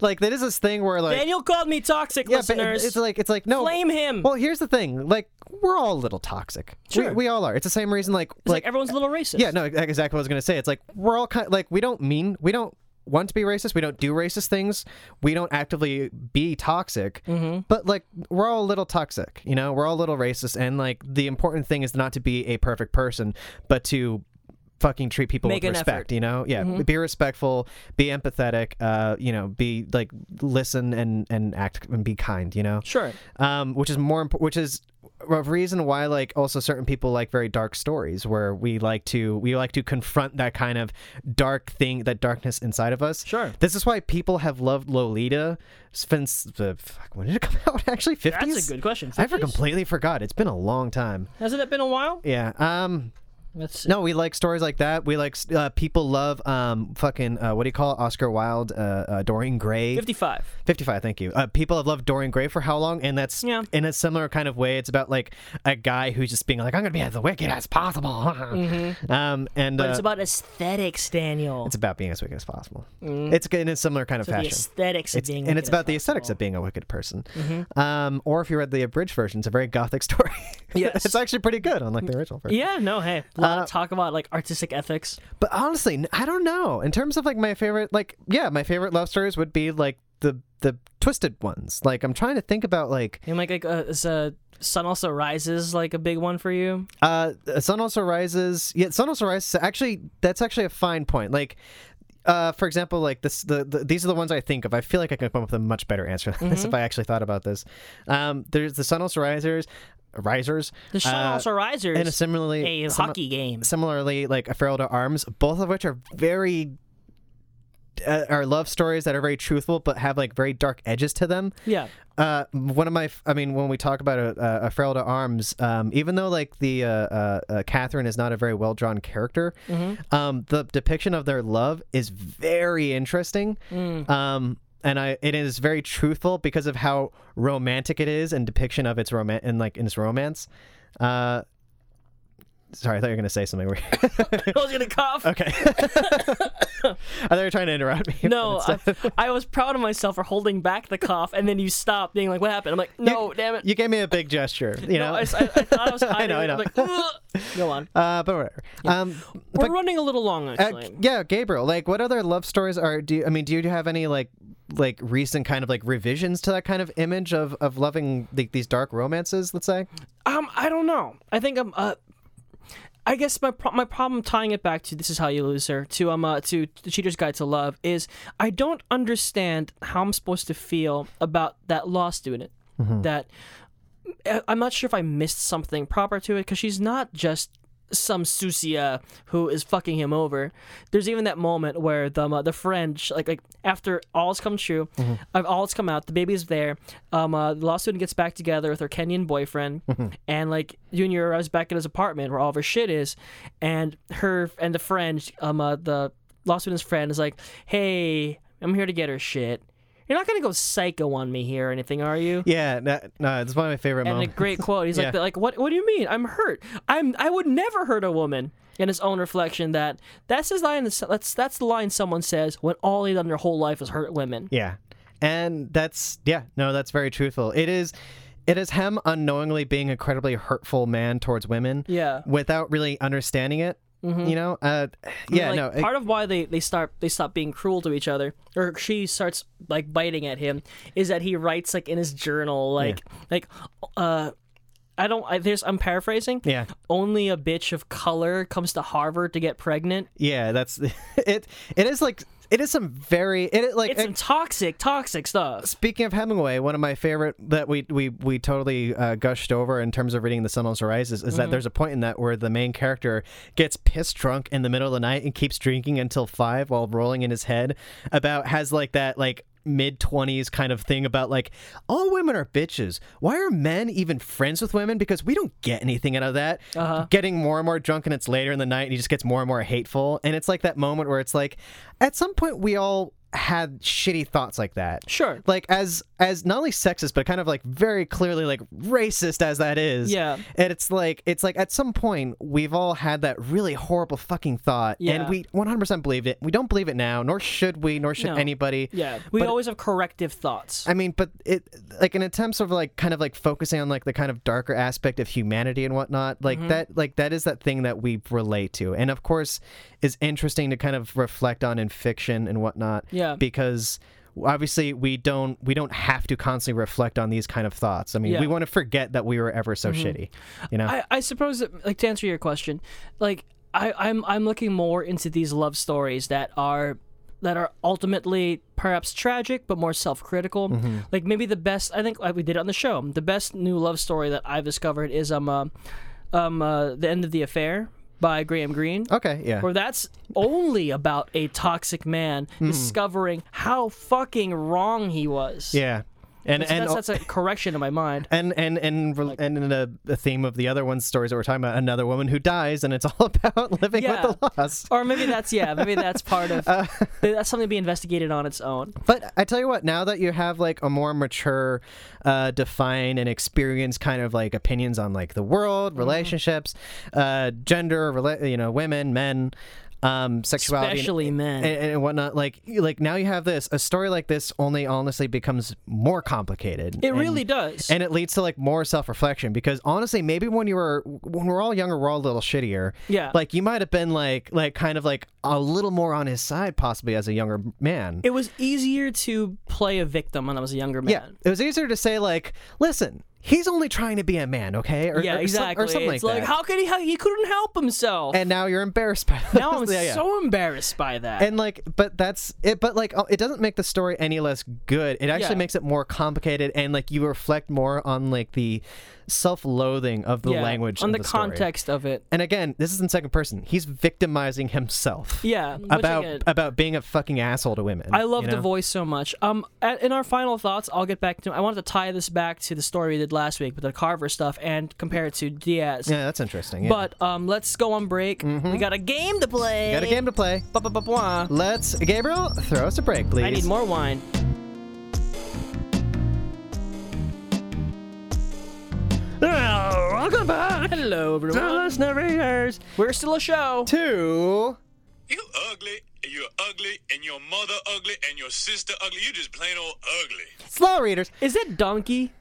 Speaker 1: like that is this thing where like
Speaker 2: Daniel called me toxic,
Speaker 1: yeah, but
Speaker 2: listeners.
Speaker 1: it's like it's like no
Speaker 2: Blame him.
Speaker 1: Well, here's the thing. Like we're all a little toxic. We-
Speaker 2: Sure.
Speaker 1: we, all are. It's the same reason like
Speaker 2: It's like, everyone's a little racist.
Speaker 1: Yeah, no, ex- exactly what I was gonna say. It's like we're all kind like we don't mean we don't want to be racist. We don't do racist things. We don't actively be toxic.
Speaker 2: Mm-hmm.
Speaker 1: But like we're all a little toxic, you know. We're all a little racist, and like the important thing is not to be a perfect person, but to fucking treat people
Speaker 2: Make
Speaker 1: with
Speaker 2: an Mm-hmm.
Speaker 1: respect. You know, yeah. Be respectful. Be empathetic. Uh, you know, be like listen and and act and be kind. You know
Speaker 2: Sure.
Speaker 1: um, which is more imp- which is a reason why like also certain people like very dark stories where we like to we like to confront that kind of dark thing that darkness inside of us
Speaker 2: Sure.
Speaker 1: this is why people have loved lolita since the fuck when did it come out actually 50s
Speaker 2: That's a good question.
Speaker 1: i for completely forgot it's been a long time
Speaker 2: Hasn't it been a while?
Speaker 1: yeah um
Speaker 2: Let's see.
Speaker 1: no we like stories like that we like uh, people love um fucking uh, what do you call it oscar wilde uh, uh dorian gray
Speaker 2: 55.
Speaker 1: 55 thank you uh, people have loved dorian gray for how long and that's
Speaker 2: Yeah.
Speaker 1: in a similar kind of way it's about like a guy who's just being like i'm gonna be as wicked as possible um, and
Speaker 2: Mm-hmm. But
Speaker 1: uh,
Speaker 2: it's about aesthetics, Daniel.
Speaker 1: it's about being as wicked as possible it's in a similar kind of
Speaker 2: Mm. the
Speaker 1: fashion
Speaker 2: aesthetics of
Speaker 1: It's-
Speaker 2: being
Speaker 1: and it's
Speaker 2: wicked Mm-hmm.
Speaker 1: about the aesthetics of being a wicked person um, or if you read the abridged version it's a very gothic story
Speaker 2: Yes.
Speaker 1: it's actually pretty good unlike the original version
Speaker 2: as- Yeah, no, hey. A lot
Speaker 1: Uh,
Speaker 2: of talk about like artistic ethics.
Speaker 1: But honestly, n- I don't know. In terms of like my favorite, like yeah, my favorite love stories would be like the the twisted ones. Like I'm trying to think about like
Speaker 2: And like, like uh, is, uh, Sun Also Rises like a big one for you?
Speaker 1: uh Sun Also Rises. Yeah, Sun Also Rises. Actually, that's actually a fine point. Like. Uh, for example, like this, the, the these are the ones I think of. I feel like I can come up with a much better answer than
Speaker 2: Mm-hmm.
Speaker 1: this if I actually thought about this. Um, there's the Sun Also Risers, Risers,
Speaker 2: The Sun
Speaker 1: uh,
Speaker 2: Also Risers.
Speaker 1: and a similarly
Speaker 2: a
Speaker 1: simi-
Speaker 2: hockey game.
Speaker 1: similarly like a feral to arms both of which are very uh, are love stories that are very truthful but have like very dark edges to them.
Speaker 2: Yeah.
Speaker 1: Uh, one of my, I mean, when we talk about a, a Feral to Arms, um, even though like the uh, uh, uh, Catherine is not a very well drawn character,
Speaker 2: Mm-hmm.
Speaker 1: um, the depiction of their love is very interesting.
Speaker 2: Mm.
Speaker 1: Um, and I, it is very truthful because of how romantic it is and depiction of its romance and like in its romance. Uh, sorry, I thought you were gonna say something. weird.
Speaker 2: I was gonna cough.
Speaker 1: okay, I thought you were trying to interrupt me.
Speaker 2: No, I, I was proud of myself for holding back the cough, and then you stopped, being like, "What happened?" I'm like, "No, damn it."
Speaker 1: you gave me a big gesture. You
Speaker 2: No,
Speaker 1: know,
Speaker 2: I, s- I- I thought I was hiding.
Speaker 1: I know, I
Speaker 2: it.
Speaker 1: know.
Speaker 2: I'm like, "Ugh." Go on.
Speaker 1: Uh, but whatever. Um,
Speaker 2: We're running a little long,
Speaker 1: uh,
Speaker 2: actually.
Speaker 1: yeah, Gabriel. Like, what other love stories are? Do you, I mean, do you have any like, like recent kind of like revisions to that kind of image of of loving like these dark romances? Let's say.
Speaker 2: Um, I don't know. I think I'm. Uh, I guess my pro- my problem tying it back to this is how you lose her to um uh, to the cheater's guide to love is I don't understand how I'm supposed to feel about that law student that I- uh, I'm not sure if I missed something proper to it because she's not just some Susia who is fucking him over. There's even that moment where the uh, the friend sh- like like after all's come true, uh, all's come out, the baby's there. Um, uh, the law student gets back together with her Kenyan boyfriend, and like Junior arrives back at his apartment where all of her shit is, and her and the friend um uh, the law student's friend is like, hey, I'm here to get her shit. You're not gonna go psycho on me here or anything, are you?
Speaker 1: Yeah, no, no it's one of my favorite
Speaker 2: and a
Speaker 1: moments.
Speaker 2: great quote. He's like,
Speaker 1: Um, Yeah.
Speaker 2: like what? What do you mean? I'm hurt. I'm. I would never hurt a woman. And his own reflection that that's his line. That's that's the line someone says when all they done their whole life is hurt women.
Speaker 1: Yeah. And that's yeah, no, that's very truthful. It is it is him unknowingly being an incredibly hurtful man towards women.
Speaker 2: Yeah. Mm-hmm.
Speaker 1: Without really understanding it. You know? Uh yeah,
Speaker 2: Like,
Speaker 1: no. it-
Speaker 2: part of why they they start they stop being cruel to each other, or she starts like biting at him, is that he writes like in his journal, like like, uh, I don't. I, there's I'm paraphrasing.
Speaker 1: yeah.
Speaker 2: Only a bitch of color comes to Harvard to get pregnant.
Speaker 1: Yeah, that's it it is like it is some very it is like
Speaker 2: It's some toxic, toxic stuff.
Speaker 1: Speaking of Hemingway, one of my favorite that we we we totally uh, gushed over in terms of reading The Sun Also Rises is that there's a point in that where the main character gets pissed drunk in the middle of the night and keeps drinking until five while rolling in his head about has like that like mid 20s kind of thing about like all women are bitches why are men even friends with women because we don't get anything out of that getting more and more drunk and it's later in the night and he just gets more and more hateful and it's like that moment where it's like at some point we all had shitty thoughts like that
Speaker 2: Sure.
Speaker 1: like as as not only sexist but kind of like very clearly like racist as that is
Speaker 2: Yeah.
Speaker 1: and it's like it's like at some point we've all had that really horrible fucking thought
Speaker 2: Yeah.
Speaker 1: and we 100% believed it we don't believe it now nor should we nor should
Speaker 2: No.
Speaker 1: anybody
Speaker 2: Yeah, we always have corrective thoughts.
Speaker 1: I mean, but it like in attempts of like kind of like focusing on like the kind of darker aspect of humanity and whatnot, like
Speaker 2: Mm-hmm.
Speaker 1: that like that is that thing that we relate to, and of course, is interesting to kind of reflect on in fiction and whatnot.
Speaker 2: Yeah.
Speaker 1: because obviously we don't we don't have to constantly reflect on these kind of thoughts. I mean,
Speaker 2: Yeah. Mm-hmm.
Speaker 1: we want to forget that we were ever so shitty, you know.
Speaker 2: I, I suppose, that, like to answer your question, like I, I'm I'm looking more into these love stories that are that are ultimately perhaps tragic but more self-critical. Like maybe the best I think uh, we did it on the show. The best new love story that I've discovered is um uh, um uh, the end of the affair by Graham Greene.
Speaker 1: okay, yeah.
Speaker 2: Where that's only about a toxic man discovering how fucking wrong he was.
Speaker 1: yeah. And,
Speaker 2: So
Speaker 1: and
Speaker 2: that's, that's a correction in my mind.
Speaker 1: and and and re- and in a, a theme of the other one's stories that we're talking about, another woman who dies, and it's all about living
Speaker 2: Yeah.
Speaker 1: with the loss.
Speaker 2: or maybe that's yeah maybe that's part of
Speaker 1: Uh,
Speaker 2: that's something to be investigated on its own
Speaker 1: But I tell you what, now that you have like a more mature, uh, defined and experienced kind of like opinions on like the
Speaker 2: Mm-hmm.
Speaker 1: world, relationships, uh, gender, rela- you know, women, men, um, sexuality, and-
Speaker 2: especially men
Speaker 1: and, and whatnot. Like, you- like now you have this. A story like this only honestly becomes more complicated.
Speaker 2: it really does
Speaker 1: and it leads to like more self-reflection because honestly maybe when you were when we're all younger we're all a little shittier
Speaker 2: Yeah.
Speaker 1: like you might have been like like kind of like a little more on his side possibly as a younger man
Speaker 2: it was easier to play a victim when i was a younger man
Speaker 1: yeah it was easier to say like listen he's only trying to be a man, okay? Or,
Speaker 2: yeah,
Speaker 1: or some-
Speaker 2: exactly.
Speaker 1: Or something
Speaker 2: it's
Speaker 1: like,
Speaker 2: like
Speaker 1: that.
Speaker 2: how could he? How, he couldn't help himself.
Speaker 1: and now you're embarrassed by
Speaker 2: now I'm
Speaker 1: this. Yeah, yeah.
Speaker 2: so embarrassed by that.
Speaker 1: and like but that's it but like oh, it doesn't make the story any less good it actually
Speaker 2: Yeah.
Speaker 1: makes it more complicated and like you reflect more on like the self-loathing of the
Speaker 2: Yeah,
Speaker 1: language
Speaker 2: on
Speaker 1: of
Speaker 2: the,
Speaker 1: the, story.
Speaker 2: context of it.
Speaker 1: and again this is in second person he's victimizing himself
Speaker 2: Yeah, which
Speaker 1: about
Speaker 2: again-
Speaker 1: about being a fucking asshole to women
Speaker 2: I love
Speaker 1: you
Speaker 2: the
Speaker 1: know?
Speaker 2: voice so much. Um, a- in our final thoughts, I'll get back to. I wanted to tie this back to the story we did last week with the Carver stuff and compare it to Diaz.
Speaker 1: yeah that's interesting yeah.
Speaker 2: But um, let's go on break. We got a game to play.
Speaker 1: got a game to play
Speaker 2: Ba-ba-ba-bwa.
Speaker 1: let's gabriel throw us a break please
Speaker 2: I need more wine.
Speaker 1: welcome back
Speaker 2: Hello, everyone.
Speaker 1: narrators
Speaker 2: We're still a show.
Speaker 1: two
Speaker 3: You ugly, and you're ugly, and your mother ugly, and your sister ugly. You just plain old ugly.
Speaker 1: slow readers
Speaker 2: Is that donkey?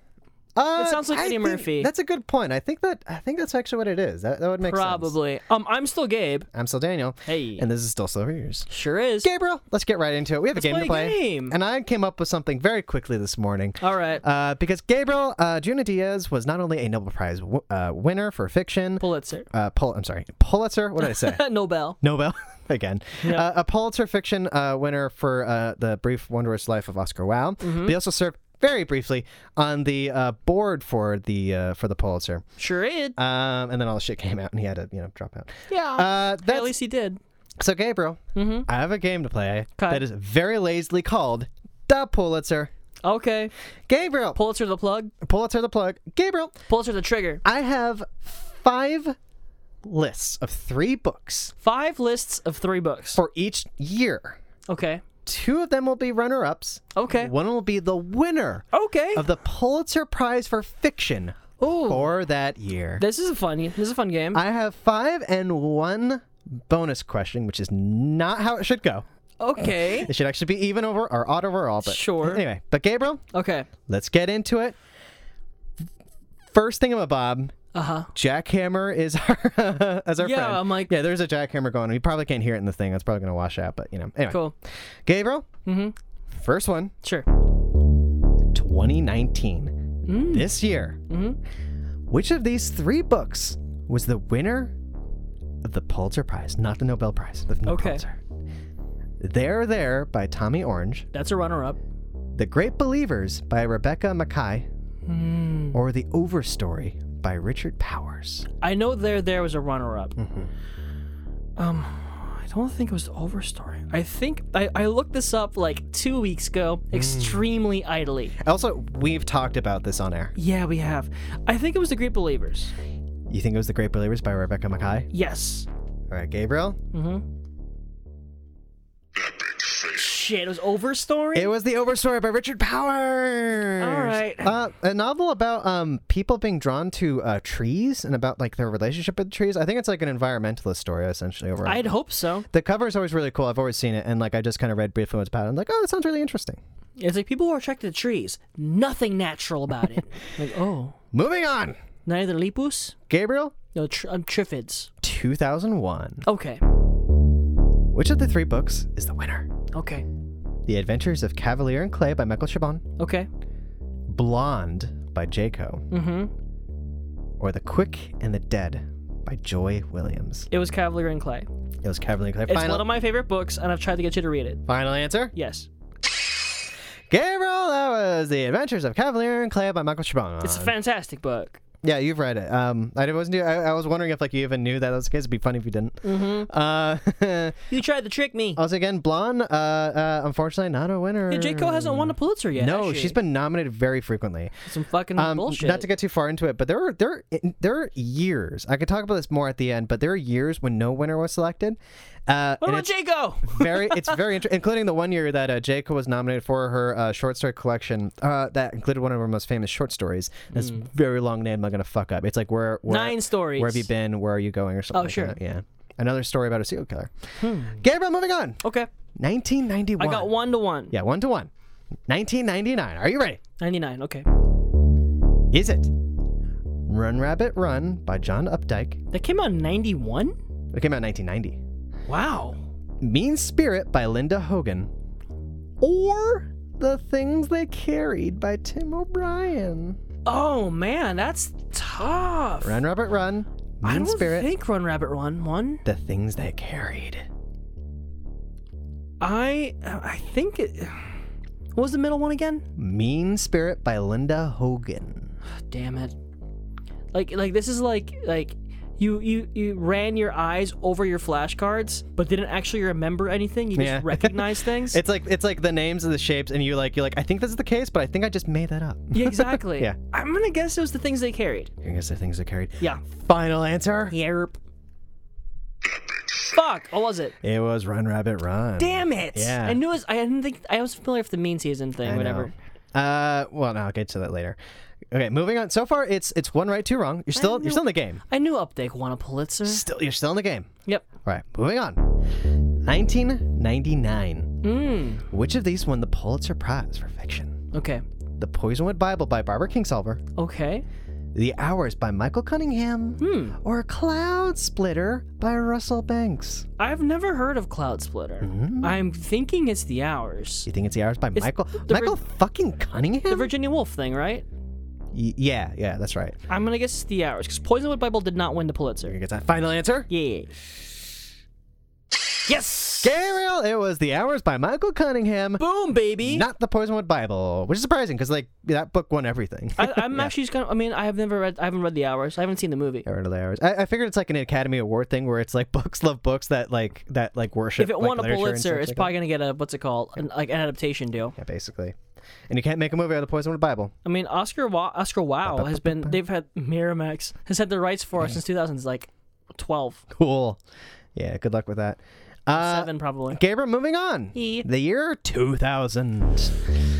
Speaker 1: Uh,
Speaker 2: It sounds like
Speaker 1: I
Speaker 2: Eddie
Speaker 1: think-
Speaker 2: Murphy.
Speaker 1: That's a good point. I think that I think that's actually what it is. That, that would make sense.
Speaker 2: Probably. Um, I'm still Gabe.
Speaker 1: I'm still Daniel.
Speaker 2: Hey.
Speaker 1: And this is still Slow Readers.
Speaker 2: Sure is.
Speaker 1: Gabriel, let's get right into it. We have a game to
Speaker 2: play a
Speaker 1: play.
Speaker 2: game.
Speaker 1: And I came up with something very quickly this morning.
Speaker 2: All right.
Speaker 1: Uh, because Gabriel, uh, Juna Diaz was not only a Nobel Prize w- uh, winner for fiction,
Speaker 2: Pulitzer.
Speaker 1: uh, Pul- I'm sorry, Pulitzer. What did I say?
Speaker 2: Nobel.
Speaker 1: Nobel again. Uh, a Pulitzer fiction uh, winner for uh, the brief wondrous life of Oscar Wilde.
Speaker 2: Mm-hmm.
Speaker 1: But he also served very briefly on the uh, board for the uh, for the Pulitzer.
Speaker 2: Sure is.
Speaker 1: Um, and then all the shit came out, and he had to, you know, drop out.
Speaker 2: yeah.
Speaker 1: Uh,
Speaker 2: Hey, at
Speaker 1: that's,
Speaker 2: least Mm-hmm. he did.
Speaker 1: so, Gabriel, I have a game to play
Speaker 2: 'Kay.
Speaker 1: that is very lazily called the Pulitzer.
Speaker 2: Okay.
Speaker 1: Gabriel,
Speaker 2: Pulitzer the plug.
Speaker 1: Pulitzer the plug. Gabriel,
Speaker 2: Pulitzer the trigger.
Speaker 1: I have five lists of three books
Speaker 2: Five lists of three books.
Speaker 1: for each year.
Speaker 2: Okay.
Speaker 1: Two of them will be runner-ups.
Speaker 2: Okay.
Speaker 1: One will be the winner
Speaker 2: Okay.
Speaker 1: of the Pulitzer Prize for fiction
Speaker 2: Ooh.
Speaker 1: for that year.
Speaker 2: This is a fun. This is a fun game.
Speaker 1: I have five and one bonus question, which is not how it should go.
Speaker 2: okay.
Speaker 1: It should actually be even over or odd overall, but
Speaker 2: Sure.
Speaker 1: Anyway, but Gabriel,
Speaker 2: Okay.
Speaker 1: let's get into it. First thing about Bob,
Speaker 2: Uh huh.
Speaker 1: jackhammer is our as our
Speaker 2: Yeah, um,
Speaker 1: friend.
Speaker 2: I'm like-
Speaker 1: yeah. There's a jackhammer going. on. You probably can't hear it in the thing. That's probably gonna wash out, but you know. Anyway,
Speaker 2: Cool.
Speaker 1: Gabriel. Mm-hmm. First one,
Speaker 2: Sure.
Speaker 1: 2019,
Speaker 2: Mm.
Speaker 1: this year.
Speaker 2: Mm-hmm.
Speaker 1: Which of these three books was the winner of the Pulitzer Prize, not the Nobel Prize, the
Speaker 2: Okay.
Speaker 1: Pulitzer? There, there by Tommy Orange.
Speaker 2: That's a runner-up.
Speaker 1: The Great Believers by Rebecca Mackay
Speaker 2: Hmm.
Speaker 1: or The Overstory by Richard Powers.
Speaker 2: I know there. There was a runner-up.
Speaker 1: Mm-hmm.
Speaker 2: Um, I don't think it was the Overstory. I think I, I looked this up like two weeks ago,
Speaker 1: Mm.
Speaker 2: extremely idly.
Speaker 1: Also, we've talked about this on air.
Speaker 2: Yeah, we have. I think it was the Great Believers.
Speaker 1: You think it was The Great Believers by Rebecca Mackay?
Speaker 2: Yes.
Speaker 1: All right, Gabriel.
Speaker 2: Mm-hmm.
Speaker 3: Epic face.
Speaker 2: Shit, it was Overstory.
Speaker 1: It was The Overstory by Richard Powers.
Speaker 2: Hmm. All right.
Speaker 1: Uh, a novel about um people being drawn to uh, trees and about like their relationship with trees. I think it's like an environmentalist story essentially overall.
Speaker 2: I'd hope so.
Speaker 1: the cover is always really cool. I've always seen it, and like I just kind of read briefly what's about. It. I'm like, oh, that sounds really interesting.
Speaker 2: It's like people who are attracted to trees. Nothing natural about it. like oh,
Speaker 1: Moving on,
Speaker 2: neither lipus.
Speaker 1: Gabriel.
Speaker 2: No, tr- um, Triffids.
Speaker 1: 2001.
Speaker 2: Okay.
Speaker 1: Which of the three books is the winner?
Speaker 2: Okay.
Speaker 1: The Adventures of Cavalier and Clay by Michael Chabon,
Speaker 2: Okay.
Speaker 1: Blonde by Jayco,
Speaker 2: Mm-hmm.
Speaker 1: or The Quick and the Dead by Joy Williams.
Speaker 2: It was Cavalier and Clay.
Speaker 1: It was Cavalier and Clay.
Speaker 2: It's
Speaker 1: Final,
Speaker 2: one of my favorite books, and I've tried to get you to read it.
Speaker 1: final answer.
Speaker 2: Yes.
Speaker 1: Gabriel, that was The Adventures of Cavalier and Clay by Michael Chabon. Uh,
Speaker 2: It's a fantastic book.
Speaker 1: yeah, you've read it. Um, I wasn't. I, I was wondering if like you even knew that was the case. It'd be funny if you didn't.
Speaker 2: Mm-hmm.
Speaker 1: Uh,
Speaker 2: You tried to trick me.
Speaker 1: also, again, Blonde. Uh, uh, unfortunately, not a winner.
Speaker 2: Yeah, J. Cole hasn't won a Pulitzer yet.
Speaker 1: No,
Speaker 2: has she?
Speaker 1: she's been nominated very frequently.
Speaker 2: some fucking
Speaker 1: um,
Speaker 2: bullshit.
Speaker 1: Not to get too far into it, but there were there were- there are years. I could talk about this more at the end, but there are years when no winner was selected. Uh,
Speaker 2: What
Speaker 1: and
Speaker 2: about
Speaker 1: it's
Speaker 2: J. Cole?
Speaker 1: very it's very interesting, including the one year that uh, Jake was nominated for her uh, short story collection uh, that included one of her most famous short stories. This very long name I'm gonna fuck up. It's like where, where
Speaker 2: Hmm. Nine stories.
Speaker 1: Where have you been? Where are you going? Or something.
Speaker 2: Oh,
Speaker 1: like
Speaker 2: sure.
Speaker 1: that, Yeah. Another story about a serial killer. Gabriel, moving on.
Speaker 2: Okay.
Speaker 1: 1991.
Speaker 2: I got one to one.
Speaker 1: Yeah, one to one. 1999. Are you ready?
Speaker 2: 99. Okay.
Speaker 1: Is it Run Rabbit Run by John Updike?
Speaker 2: That came out in 91?
Speaker 1: It came out in 1990.
Speaker 2: Wow.
Speaker 1: Mean Spirit by Linda Hogan. Or The Things They Carried by Tim O'Brien.
Speaker 2: Oh man, that's tough.
Speaker 1: Run, Robert, run.
Speaker 2: I
Speaker 1: Mean
Speaker 2: don't
Speaker 1: spirit.
Speaker 2: think Run Rabbit Run won.
Speaker 1: The things that carried.
Speaker 2: I I think it what was the middle one again.
Speaker 1: Mean Spirit by Linda Hogan.
Speaker 2: Damn it! Like like this is like like you you you ran your eyes over your flashcards, but didn't actually remember anything. You just
Speaker 1: Yeah.
Speaker 2: recognize things.
Speaker 1: It's like it's like the names of the shapes, and you like you're like I think this is the case, but I think I just made that up.
Speaker 2: yeah, exactly.
Speaker 1: Yeah.
Speaker 2: I'm gonna guess it was the things they carried.
Speaker 1: I guess the things that carried.
Speaker 2: Yeah.
Speaker 1: Final answer.
Speaker 2: Yerp. Fuck! What was it?
Speaker 1: It was Run Rabbit Run.
Speaker 2: Damn it!
Speaker 1: Yeah.
Speaker 2: I knew it. Was, I didn't think I was familiar with the mean season thing.
Speaker 1: I
Speaker 2: whatever.
Speaker 1: know. Uh, well, no, I'll get to that later. Okay, moving on. So far, it's it's one right, two wrong. You're still you're still in the game.
Speaker 2: I knew Updike won a Pulitzer.
Speaker 1: Still, you're still in the game.
Speaker 2: Yep.
Speaker 1: All right, moving on. 1999.
Speaker 2: Hmm.
Speaker 1: Which of these won the Pulitzer Prize for fiction?
Speaker 2: Okay.
Speaker 1: The Poisonwood Bible by Barbara Kingsolver,
Speaker 2: Okay.
Speaker 1: The Hours by Michael Cunningham,
Speaker 2: Hmm.
Speaker 1: or Cloud Splitter by Russell Banks?
Speaker 2: I've never heard of Cloud Splitter.
Speaker 1: Mm-hmm.
Speaker 2: I'm thinking it's the hours.
Speaker 1: Do you think it's The Hours by Michael
Speaker 2: the Vir-
Speaker 1: Michael fucking
Speaker 2: The
Speaker 1: Cunningham?
Speaker 2: Virginia Woolf thing, right?
Speaker 1: Y- yeah, yeah, that's right.
Speaker 2: I'm gonna guess it's the hours because Poisonwood Bible did not win the
Speaker 1: Here
Speaker 2: Pulitzer.
Speaker 1: gets that final answer.
Speaker 2: Yeah. Yes.
Speaker 1: Gabriel, it was The Hours by Michael Cunningham,
Speaker 2: Boom, baby.
Speaker 1: not the Poisonwood Bible, which is surprising because like that book won everything.
Speaker 2: I, I'm actually just kind of. I mean, I have never read. I haven't read the hours. I haven't seen the movie.
Speaker 1: Hour to the hours. I, I figured it's like an Academy Award thing where it's like books love books that like that like worship.
Speaker 2: If it
Speaker 1: like,
Speaker 2: won a
Speaker 1: literature and such
Speaker 2: Pulitzer, it's
Speaker 1: like that.
Speaker 2: probably gonna get a what's it called, an, like an adaptation deal.
Speaker 1: yeah, basically. And you can't make a movie out of the Poisonwood Bible.
Speaker 2: I mean, Oscar Wa- Oscar Wow has been. They've had Miramax has had the rights for us since 2000s, like 12,
Speaker 1: Cool. Yeah. Good luck with that. Uh,
Speaker 2: seven probably.
Speaker 1: Gabriel, moving on.
Speaker 2: Yeah.
Speaker 1: The year 2000.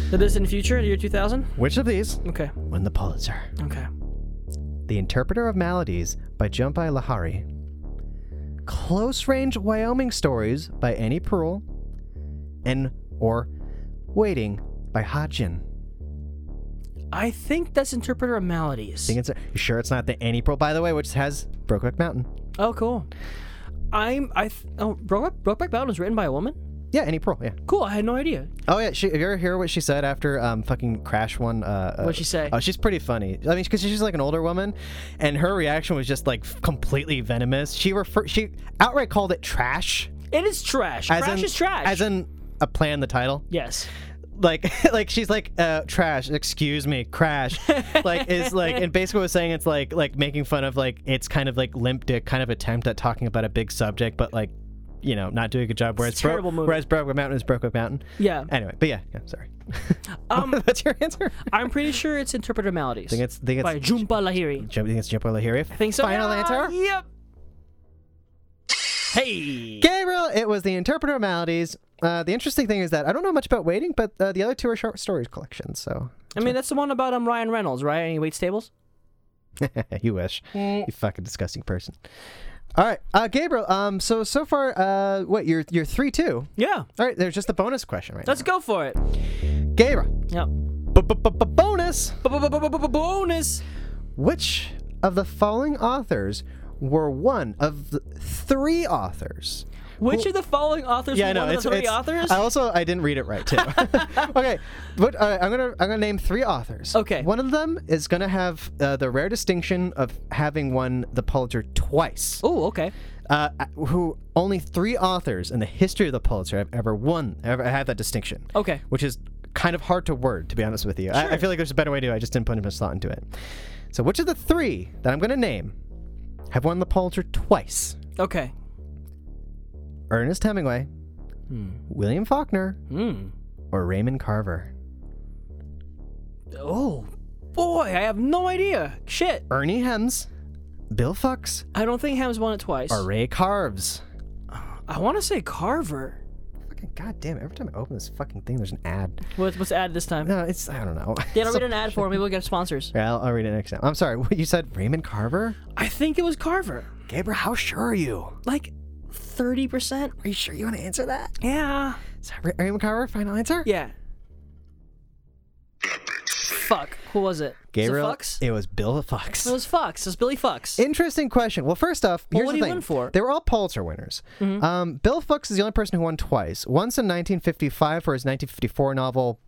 Speaker 2: Did this in the future, the year 2000?
Speaker 1: Which of these
Speaker 2: Okay.
Speaker 1: won the Pulitzer?
Speaker 2: Okay.
Speaker 1: The Interpreter of Maladies by Jumpai Lahari. Close Range Wyoming Stories by Annie Pearl. And or Waiting by Hodgin.
Speaker 2: I think that's Interpreter of Maladies.
Speaker 1: Think it's you sure it's not the Annie Pearl, by the way, which has Brokeback Mountain.
Speaker 2: Oh, cool. I'm I th- oh Brokeback, Brokeback Mountain was written by a woman.
Speaker 1: Yeah, Annie Pearl. Yeah.
Speaker 2: Cool. I had no idea.
Speaker 1: Oh yeah. She, if you ever hear what she said after um fucking Crash one, uh, uh,
Speaker 2: What'd she say?
Speaker 1: Oh, she's pretty funny. I mean, because she's like an older woman, and her reaction was just like f- completely venomous. She refer she outright called it trash.
Speaker 2: It is trash. trash
Speaker 1: in,
Speaker 2: is trash.
Speaker 1: As in a play in the title.
Speaker 2: yes.
Speaker 1: Like like she's like uh trash. Excuse me, crash. like is like and basically was saying it's like like making fun of like it's kind of like limp dick kind of attempt at talking about a big subject, but like. You know, not doing a good job. Whereas, Bro-
Speaker 2: terrible movie.
Speaker 1: whereas Brokeback Mountain is Brokeback Mountain.
Speaker 2: Yeah.
Speaker 1: Anyway, but yeah, yeah, sorry.
Speaker 2: Um,
Speaker 1: That's your answer.
Speaker 2: I'm pretty sure it's Interpreter of Maladies
Speaker 1: think it's think it's
Speaker 2: by Jhumpa Lahiri.
Speaker 1: Jump, think it's Jump Lahiri.
Speaker 2: I think so.
Speaker 1: Final
Speaker 2: Yeah,
Speaker 1: answer.
Speaker 2: Yep. Hey.
Speaker 1: Gabriel, it was the interpreter of maladies. Uh, the interesting thing is that I don't know much about waiting, but uh, the other two are short stories collections. So
Speaker 2: I mean, that's the one about um Ryan Reynolds, right? And he waits tables.
Speaker 1: you wish.
Speaker 2: Mm.
Speaker 1: You fucking disgusting person. All right, uh, Gabriel. Um, so so far, uh, what you're you're three two.
Speaker 2: Yeah.
Speaker 1: All right, there's just a bonus question right
Speaker 2: Let's go for it.
Speaker 1: now. Gabriel,
Speaker 2: Yep.
Speaker 1: bonus.
Speaker 2: Bonus.
Speaker 1: Which of the following authors were one of the three authors
Speaker 2: Which of the following authors
Speaker 1: Yeah, I
Speaker 2: were
Speaker 1: know.
Speaker 2: one of
Speaker 1: It's,
Speaker 2: the three
Speaker 1: it's-
Speaker 2: authors?
Speaker 1: I also I didn't read it right too. okay, but uh, I'm gonna I'm gonna name three authors.
Speaker 2: Okay.
Speaker 1: One of them is gonna have uh, the rare distinction of having won the Pulitzer twice.
Speaker 2: oh, okay.
Speaker 1: Uh, who only three authors in the history of the Pulitzer have ever won ever had that distinction.
Speaker 2: Okay.
Speaker 1: Which is kind of hard to word, to be honest with you. I, I feel like there's a better way to. do it. I just didn't put much thought into it. So which of the three that I'm gonna name have won the Pulitzer twice?
Speaker 2: Okay.
Speaker 1: Ernest Hemingway, William Faulkner,
Speaker 2: Hmm.
Speaker 1: or Raymond Carver?
Speaker 2: Oh, boy, I have no idea. Shit.
Speaker 1: Ernie Hems, Bill Fox,
Speaker 2: I don't think Ham's won it twice.
Speaker 1: or Ray Carves.
Speaker 2: I want to say Carver.
Speaker 1: Fucking goddamn! Every time I open this fucking thing, there's an ad.
Speaker 2: What's, what's the ad this time?
Speaker 1: No, it's I don't know.
Speaker 2: Yeah, don't read an ad for me. We'll get sponsors.
Speaker 1: Yeah, I'll, I'll read it next time. I'm sorry. What you said, Raymond Carver?
Speaker 2: I think it was Carver.
Speaker 1: Gabriel, how sure are you?
Speaker 2: Like 30%?
Speaker 1: Are you sure you want to answer that?
Speaker 2: Yeah.
Speaker 1: Is that Ra- Raymond Carver? Final answer?
Speaker 2: Yeah. Fuck. Who was it?
Speaker 1: Gabriel,
Speaker 2: Was it Fox?
Speaker 1: it was Bill Fox.
Speaker 2: It was Fox. It was Billy Fox.
Speaker 1: Interesting question. Well, first off,
Speaker 2: Well,
Speaker 1: here's
Speaker 2: what
Speaker 1: the
Speaker 2: do you
Speaker 1: thing.
Speaker 2: win for? Mm-hmm.
Speaker 1: They were all Pulitzer winners. Um, Bill Fox is the only person who won twice. Once in 1955 for his 1954 novel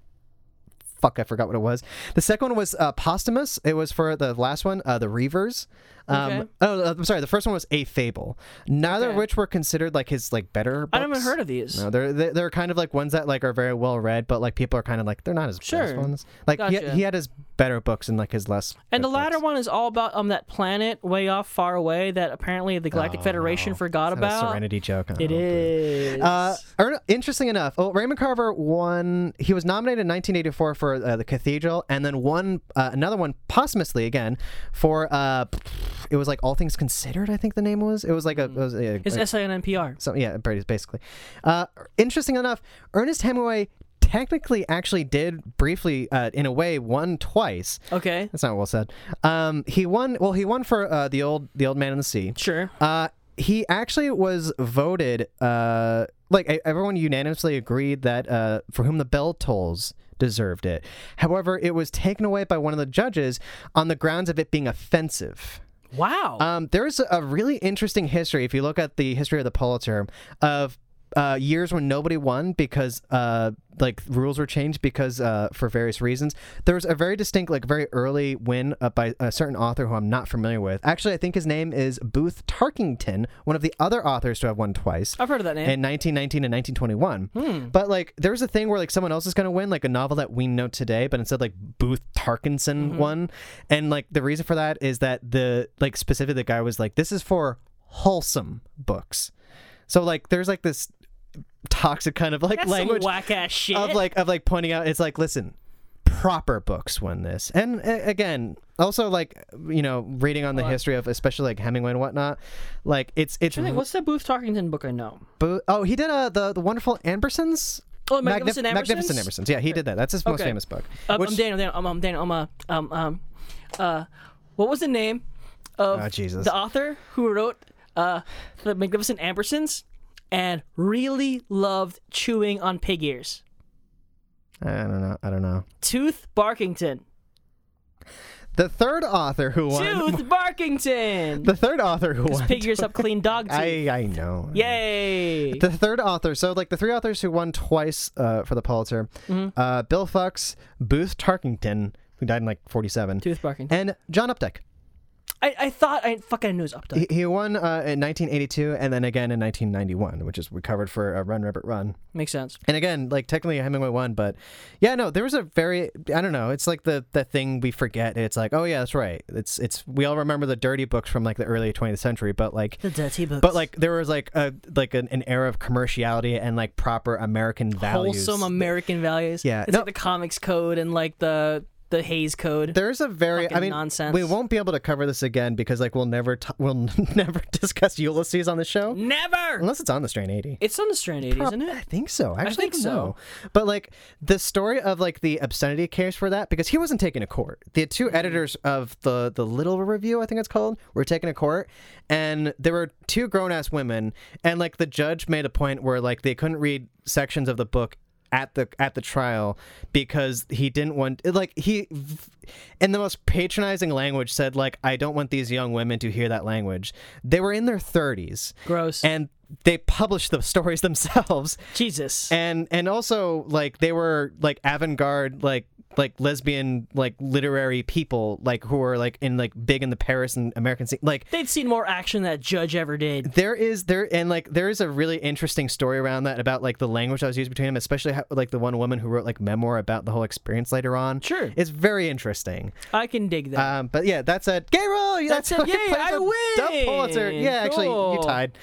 Speaker 1: fuck, I forgot what it was. The second one was uh, posthumous. It was for the last one, uh, the Reavers. Um,
Speaker 2: Okay.
Speaker 1: Oh, uh, I'm sorry. The first one was a fable. Neither of
Speaker 2: Okay.
Speaker 1: which were considered like his like better.
Speaker 2: I haven't
Speaker 1: books.
Speaker 2: heard of these.
Speaker 1: No, they're they- they're kind of like ones that like are very well read, but like people are kind of like they're not his best
Speaker 2: Sure.
Speaker 1: ones. Like
Speaker 2: Gotcha.
Speaker 1: he, he had his better books and like his less.
Speaker 2: And the
Speaker 1: good
Speaker 2: latter
Speaker 1: books.
Speaker 2: one is all about um that planet way off, far away that apparently the Galactic
Speaker 1: Oh,
Speaker 2: Federation
Speaker 1: no.
Speaker 2: forgot
Speaker 1: Is that a
Speaker 2: about.
Speaker 1: Serenity joke.
Speaker 2: It is.
Speaker 1: Uh, er- interesting enough, oh, Raymond Carver won. He was nominated in 1984 for uh, the Cathedral, and then won uh, another one posthumously again for uh, it was like All Things Considered. I think the name was. It was
Speaker 2: Hmm.
Speaker 1: like a. It was a
Speaker 2: it's
Speaker 1: like-
Speaker 2: essay on NPR.
Speaker 1: so yeah, Brady's basically. Uh, interesting enough, Ernest Hemingway technically actually did briefly, uh, in a way, won twice.
Speaker 2: Okay,
Speaker 1: That's not well said. Um, he won. Well, he won for uh, the old the old man in the sea.
Speaker 2: sure.
Speaker 1: Uh, he actually was voted. Uh, like e- everyone unanimously agreed that uh, for whom the bell tolls deserved it. However, it was taken away by one of the judges on the grounds of it being offensive.
Speaker 2: Wow.
Speaker 1: Um, there is a really interesting history if you look at the history of the Pulitzer of uh, years when nobody won because uh, like rules were changed because uh, for various reasons. There was a very distinct like very early win uh, by a certain author who I'm not familiar with. Actually, I think his name is Booth Tarkington, one of the other authors to have won twice.
Speaker 2: I've heard of that name.
Speaker 1: In 1919 and 1921. But like there was a thing where like someone else is going to win like a novel that we know today, but instead like Booth Tarkinson won. And like the reason for that is that the like specifically the guy was like this is for wholesome books. So like there's like this toxic kind of like
Speaker 2: That's
Speaker 1: language
Speaker 2: some whack ass shit.
Speaker 1: of like of like pointing out it's like listen proper books win this and uh, again also like you know reading on the history of especially like hemingway and whatnot like it's it's
Speaker 2: I think- what's that Booth Tarkington book I know?
Speaker 1: Bo- oh, he did uh, the the wonderful Ambersons.
Speaker 2: Oh, Magnificent
Speaker 1: Magnif- Magnificent
Speaker 2: Ambersons?
Speaker 1: Ambersons. Yeah, he did that. That's his most
Speaker 2: Okay.
Speaker 1: famous book.
Speaker 2: Uh,
Speaker 1: Which-
Speaker 2: I'm Daniel. Daniel. I'm, I'm Daniel. I'm uh, um um uh, what was the name of
Speaker 1: Oh, Jesus.
Speaker 2: the author who wrote uh the Magnificent Ambersons and really loved chewing on pig ears?
Speaker 1: I don't know. I don't know.
Speaker 2: Tooth Barkington.
Speaker 1: The third author who won.
Speaker 2: Tooth Barkington.
Speaker 1: The third author who won.
Speaker 2: Pig ears up clean dog teeth.
Speaker 1: I I know.
Speaker 2: Yay!
Speaker 1: The third author. So like the three authors who won twice uh, for the Pulitzer,
Speaker 2: Mm-hmm.
Speaker 1: uh, Bill Fox, Booth Tarkington, who died in like forty seven,
Speaker 2: Tooth Barkington.
Speaker 1: and John Updike.
Speaker 2: I, I thought I fucking knew it was up to.
Speaker 1: He, he won uh, in 1982 and then again in 1991, which is we covered for uh, Run Rabbit Run.
Speaker 2: Makes sense.
Speaker 1: And again, like technically Hemingway won, but yeah, no, there was a very I don't know. It's like the the thing we forget. It's like, oh yeah, that's right. It's it's we all remember the dirty books from like the early 20th century, but like
Speaker 2: The dirty books.
Speaker 1: but like there was like a like an, an era of commerciality and like proper American values.
Speaker 2: wholesome American values.
Speaker 1: Yeah,
Speaker 2: it's
Speaker 1: no-
Speaker 2: like the comics code and like the the Hayes code.
Speaker 1: There's a very I
Speaker 2: Fucking
Speaker 1: mean
Speaker 2: nonsense.
Speaker 1: we won't be able to cover this again because like we'll never t- we'll never discuss Ulysses on the show
Speaker 2: Never.
Speaker 1: unless it's on the Strain 80.
Speaker 2: It's on the Strand 80, isn't
Speaker 1: I
Speaker 2: it?
Speaker 1: think so. I actually
Speaker 2: think
Speaker 1: don't
Speaker 2: so.
Speaker 1: know. But like the story of like the obscenity case for that because he wasn't taken to court. The 2
Speaker 2: Mm-hmm.
Speaker 1: editors of the the Little Review, I think it's called, were taken to court, and there were two grown ass women, and like the judge made a point where like they couldn't read sections of the book at the at the trial because he didn't want like he in the most patronizing language said like I don't want these young women to hear that language. They were in their 30s
Speaker 2: Gross.
Speaker 1: and they published the stories themselves
Speaker 2: Jesus.
Speaker 1: and and also like they were like avant-garde like like lesbian like literary people like who were like in like big in the paris and american scene like
Speaker 2: They'd seen more action than that judge ever did.
Speaker 1: there is there and like there is a really interesting story around that about like the language that was used between them especially how, like the one woman who wrote like memoir about the whole experience later on
Speaker 2: Sure.
Speaker 1: it's very interesting
Speaker 2: I can dig that.
Speaker 1: um but yeah that's it gay roll
Speaker 2: That's
Speaker 1: how
Speaker 2: it.
Speaker 1: you
Speaker 2: Yay,
Speaker 1: play
Speaker 2: I
Speaker 1: the Dub
Speaker 2: win!
Speaker 1: Pulitzer. yeah actually you
Speaker 2: Cool.
Speaker 1: tied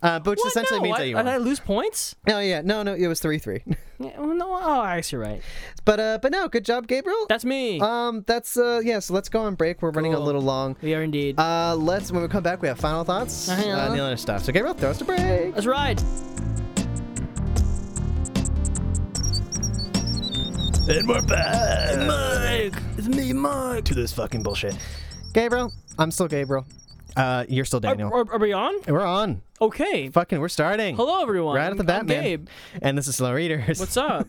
Speaker 1: uh, but which
Speaker 2: What?
Speaker 1: essentially
Speaker 2: No,
Speaker 1: means
Speaker 2: I,
Speaker 1: that you
Speaker 2: I,
Speaker 1: won
Speaker 2: I lose points.
Speaker 1: no Oh, yeah no no it was 3-3
Speaker 2: Yeah, well, no, oh, I guess you're right.
Speaker 1: but uh but no good job gabriel
Speaker 2: That's me.
Speaker 1: Um, that's uh, yeah. So let's go on break. We're running a
Speaker 2: Cool.
Speaker 1: little long.
Speaker 2: we are indeed.
Speaker 1: Uh, let's when we come back, we have final thoughts, uh,
Speaker 2: Uh-huh.
Speaker 1: and the other stuff. So Gabriel, throw us to break.
Speaker 2: Let's ride.
Speaker 1: And we're back
Speaker 2: Mike, it's me, Mike.
Speaker 1: to this fucking bullshit. Gabriel, I'm still Gabriel. Uh, you're still
Speaker 2: Are,
Speaker 1: Daniel.
Speaker 2: are- are we on?
Speaker 1: we're on.
Speaker 2: Okay.
Speaker 1: Fucking, we're starting.
Speaker 2: Hello, everyone.
Speaker 1: We're out at the
Speaker 2: I'm
Speaker 1: Batman.
Speaker 2: Gabe.
Speaker 1: And this is Slow Readers.
Speaker 2: What's up?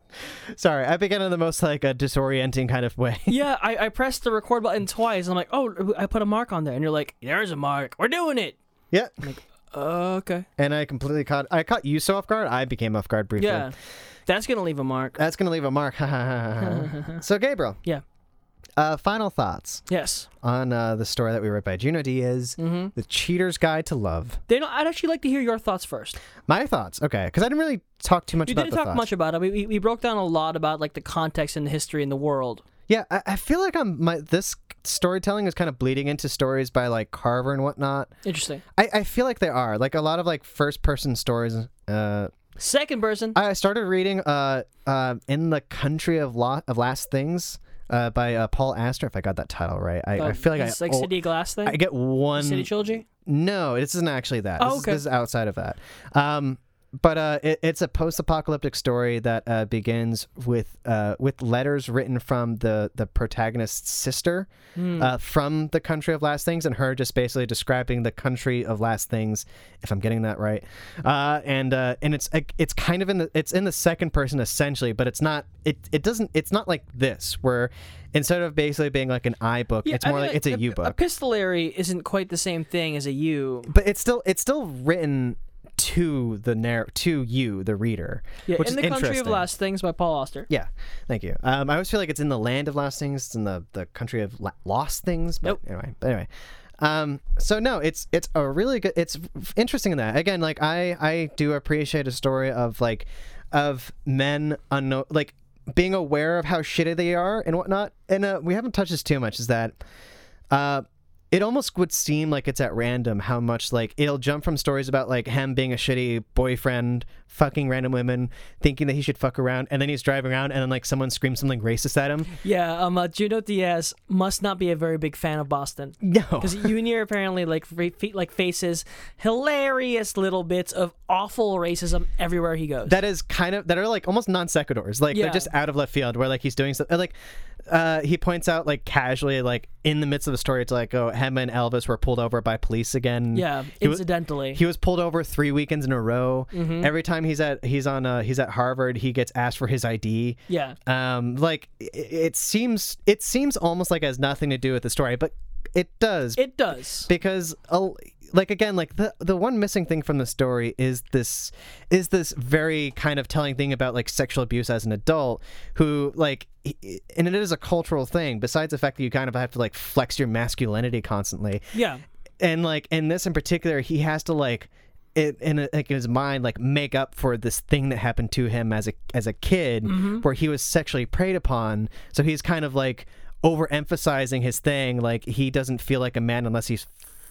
Speaker 1: Sorry, I began in the most like a disorienting kind of way.
Speaker 2: Yeah, I, I pressed the record button twice. I'm like, oh, I put a mark on there, and you're like, there's a mark. We're doing it.
Speaker 1: yeah.
Speaker 2: Uh, okay.
Speaker 1: and I completely caught. I caught you so off guard. I became off guard briefly.
Speaker 2: Yeah. That's going to leave a mark.
Speaker 1: That's gonna leave a mark. so Gabriel,
Speaker 2: Yeah.
Speaker 1: uh, final thoughts
Speaker 2: Yes.
Speaker 1: on uh, the story that we read by Juno Diaz,
Speaker 2: Mm-hmm.
Speaker 1: "The Cheater's Guide to Love."
Speaker 2: They know, I'd actually like to hear your thoughts first.
Speaker 1: My thoughts, okay, because I didn't really talk too much
Speaker 2: You
Speaker 1: about
Speaker 2: didn't
Speaker 1: the
Speaker 2: talk
Speaker 1: thoughts.
Speaker 2: much about it. We, we, we broke down a lot about like the context and the history in the world.
Speaker 1: Yeah, I, I feel like I'm my this storytelling is kind of bleeding into stories by like Carver and whatnot.
Speaker 2: Interesting.
Speaker 1: I, I feel like they are like a lot of like first person stories. Uh,
Speaker 2: Second person.
Speaker 1: I started reading uh, uh, in the country of Lo- of last things uh, by uh, Paul Astor. If I got that title right, I, I
Speaker 2: uh,
Speaker 1: feel like I
Speaker 2: it's like
Speaker 1: al-
Speaker 2: City Glass thing.
Speaker 1: I get one.
Speaker 2: City Trilogy.
Speaker 1: no, this isn't actually that.
Speaker 2: Oh,
Speaker 1: this, is-
Speaker 2: okay.
Speaker 1: this is outside of that. Um, but uh, it, it's a post-apocalyptic story that uh, begins with uh, with letters written from the the protagonist's sister
Speaker 2: Hmm.
Speaker 1: uh, from the country of last things, and her just basically describing the country of last things, if I'm getting that right. Uh, and uh, and it's it's kind of in the it's in the second person essentially, but it's not it it doesn't it's not like this where instead of basically being like an I book, it's
Speaker 2: I
Speaker 1: more
Speaker 2: mean,
Speaker 1: like it's a U book.
Speaker 2: Epistolary isn't quite the same thing as a U.
Speaker 1: but it's still it's still written to the narr- to you the reader
Speaker 2: Yeah,
Speaker 1: which
Speaker 2: in
Speaker 1: is
Speaker 2: the country of
Speaker 1: interesting.
Speaker 2: last things by Paul Auster.
Speaker 1: yeah thank you um i always feel like it's in the land of lost things it's in the the country of la- lost things but
Speaker 2: Nope.
Speaker 1: anyway but anyway um so no it's it's a really good it's f- interesting in that again like i i do appreciate a story of like of men unknown like being aware of how shitty they are and whatnot and uh, we haven't touched this too much is that uh, it almost would seem like it's at random how much like it'll jump from stories about like him being a shitty boyfriend, fucking random women, thinking that he should fuck around, and then he's driving around and then like someone screams something racist at him.
Speaker 2: Yeah, um, uh, Juno Diaz must not be a very big fan of Boston.
Speaker 1: No.
Speaker 2: Because Junior apparently like re- fe- like faces hilarious little bits of awful racism everywhere he goes.
Speaker 1: That is kind of that are like almost non sequiturs. Like
Speaker 2: Yeah.
Speaker 1: they're just out of left field where like he's doing something like uh he points out like casually like in the midst of the story it's like oh him and Elvis were pulled over by police again.
Speaker 2: yeah,
Speaker 1: He wa-
Speaker 2: incidentally. Mm-hmm.
Speaker 1: He was pulled over three weekends in a row. Every time he's at he's on uh, he's at Harvard, he gets asked for his ID.
Speaker 2: yeah,
Speaker 1: Um, like it, it seems it seems almost like it has nothing to do with the story, but it does
Speaker 2: it does.
Speaker 1: because uh, like again like the the one missing thing from the story is this is this very kind of telling thing about like sexual abuse as an adult who like he- and it is a cultural thing besides the fact that you kind of have to like flex your masculinity constantly
Speaker 2: yeah,
Speaker 1: and like in this in particular he has to like it, in a, like in his mind like make up for this thing that happened to him as a as a kid
Speaker 2: Mm-hmm.
Speaker 1: where he was sexually preyed upon so he's kind of like overemphasizing his thing like he doesn't feel like a man unless he's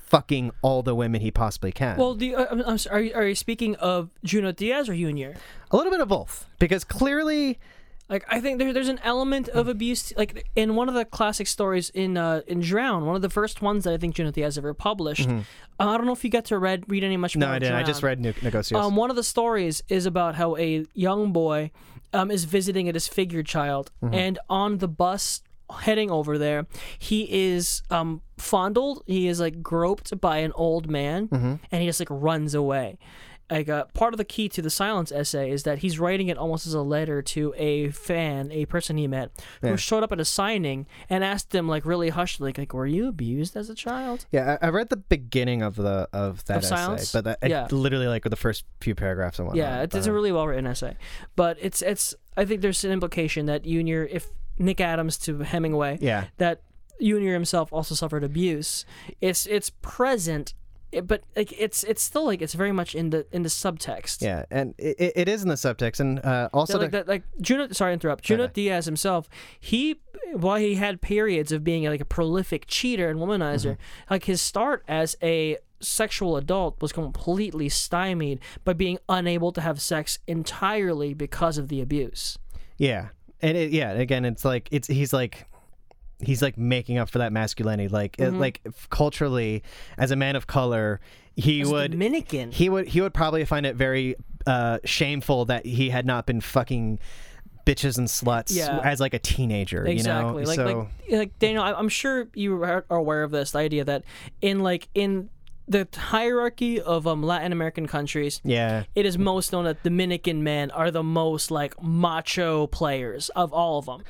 Speaker 1: fucking all the women he possibly can
Speaker 2: Well, the uh, I'm, I'm sorry. Are you, are you speaking of Juno Diaz or Junior?
Speaker 1: a little bit of both because clearly
Speaker 2: Like I think there, there's an element of abuse. Like in one of the classic stories in uh, in Drown, one of the first ones that I think Juno Diaz ever published. Uh, I don't know if you got to read read any much.
Speaker 1: Mm-hmm. no
Speaker 2: more
Speaker 1: i
Speaker 2: of
Speaker 1: didn't i just
Speaker 2: Drown.
Speaker 1: read Neg- negocios
Speaker 2: Um, one of the stories is about how a young boy um, is visiting a disfigured child, and on the bus heading over there, he is um, fondled. He is like groped by an old man, and he just like runs away. Like uh, part of the key to the silence essay is that he's writing it almost as a letter to a fan, a person he met, who showed up at a signing and asked him like really hushedly, like, like "Were you abused as a child?"
Speaker 1: yeah I, I read the beginning of the of that essay
Speaker 2: Silence?
Speaker 1: but that, I
Speaker 2: Yeah.
Speaker 1: literally like with the first few paragraphs and whatnot
Speaker 2: Yeah, it's,
Speaker 1: but-
Speaker 2: it's a really well written essay, but it's it's. I think there's an implication that Junior, if Nick Adams to Hemingway,
Speaker 1: Yeah.
Speaker 2: that Junior himself also suffered abuse. It's it's present, it, but like it's it's still like it's very much in the in the subtext.
Speaker 1: yeah and it, it- it is in the subtext and uh, also
Speaker 2: So
Speaker 1: the-
Speaker 2: like that, like Juno. Sorry, to interrupt. Juno Diaz himself. He, while he had periods of being like a prolific cheater and womanizer,
Speaker 1: Mm-hmm.
Speaker 2: like his start as a sexual adult was completely stymied by being unable to have sex entirely because of the abuse.
Speaker 1: Yeah, and it, yeah, again, it's like it's he's like he's like making up for that masculinity, like
Speaker 2: Mm-hmm.
Speaker 1: it, like f- culturally as a man of color, he would
Speaker 2: Dominican.
Speaker 1: he would he would probably find it very uh, shameful that he had not been fucking bitches and sluts
Speaker 2: Yeah.
Speaker 1: as like a teenager,
Speaker 2: Exactly.
Speaker 1: you know.
Speaker 2: like,
Speaker 1: so
Speaker 2: like, like Daniel, I- I'm sure you are are aware of this. The idea that in like in the hierarchy of um Latin American countries,
Speaker 1: yeah,
Speaker 2: it is most known that Dominican men are the most like macho players of all of them.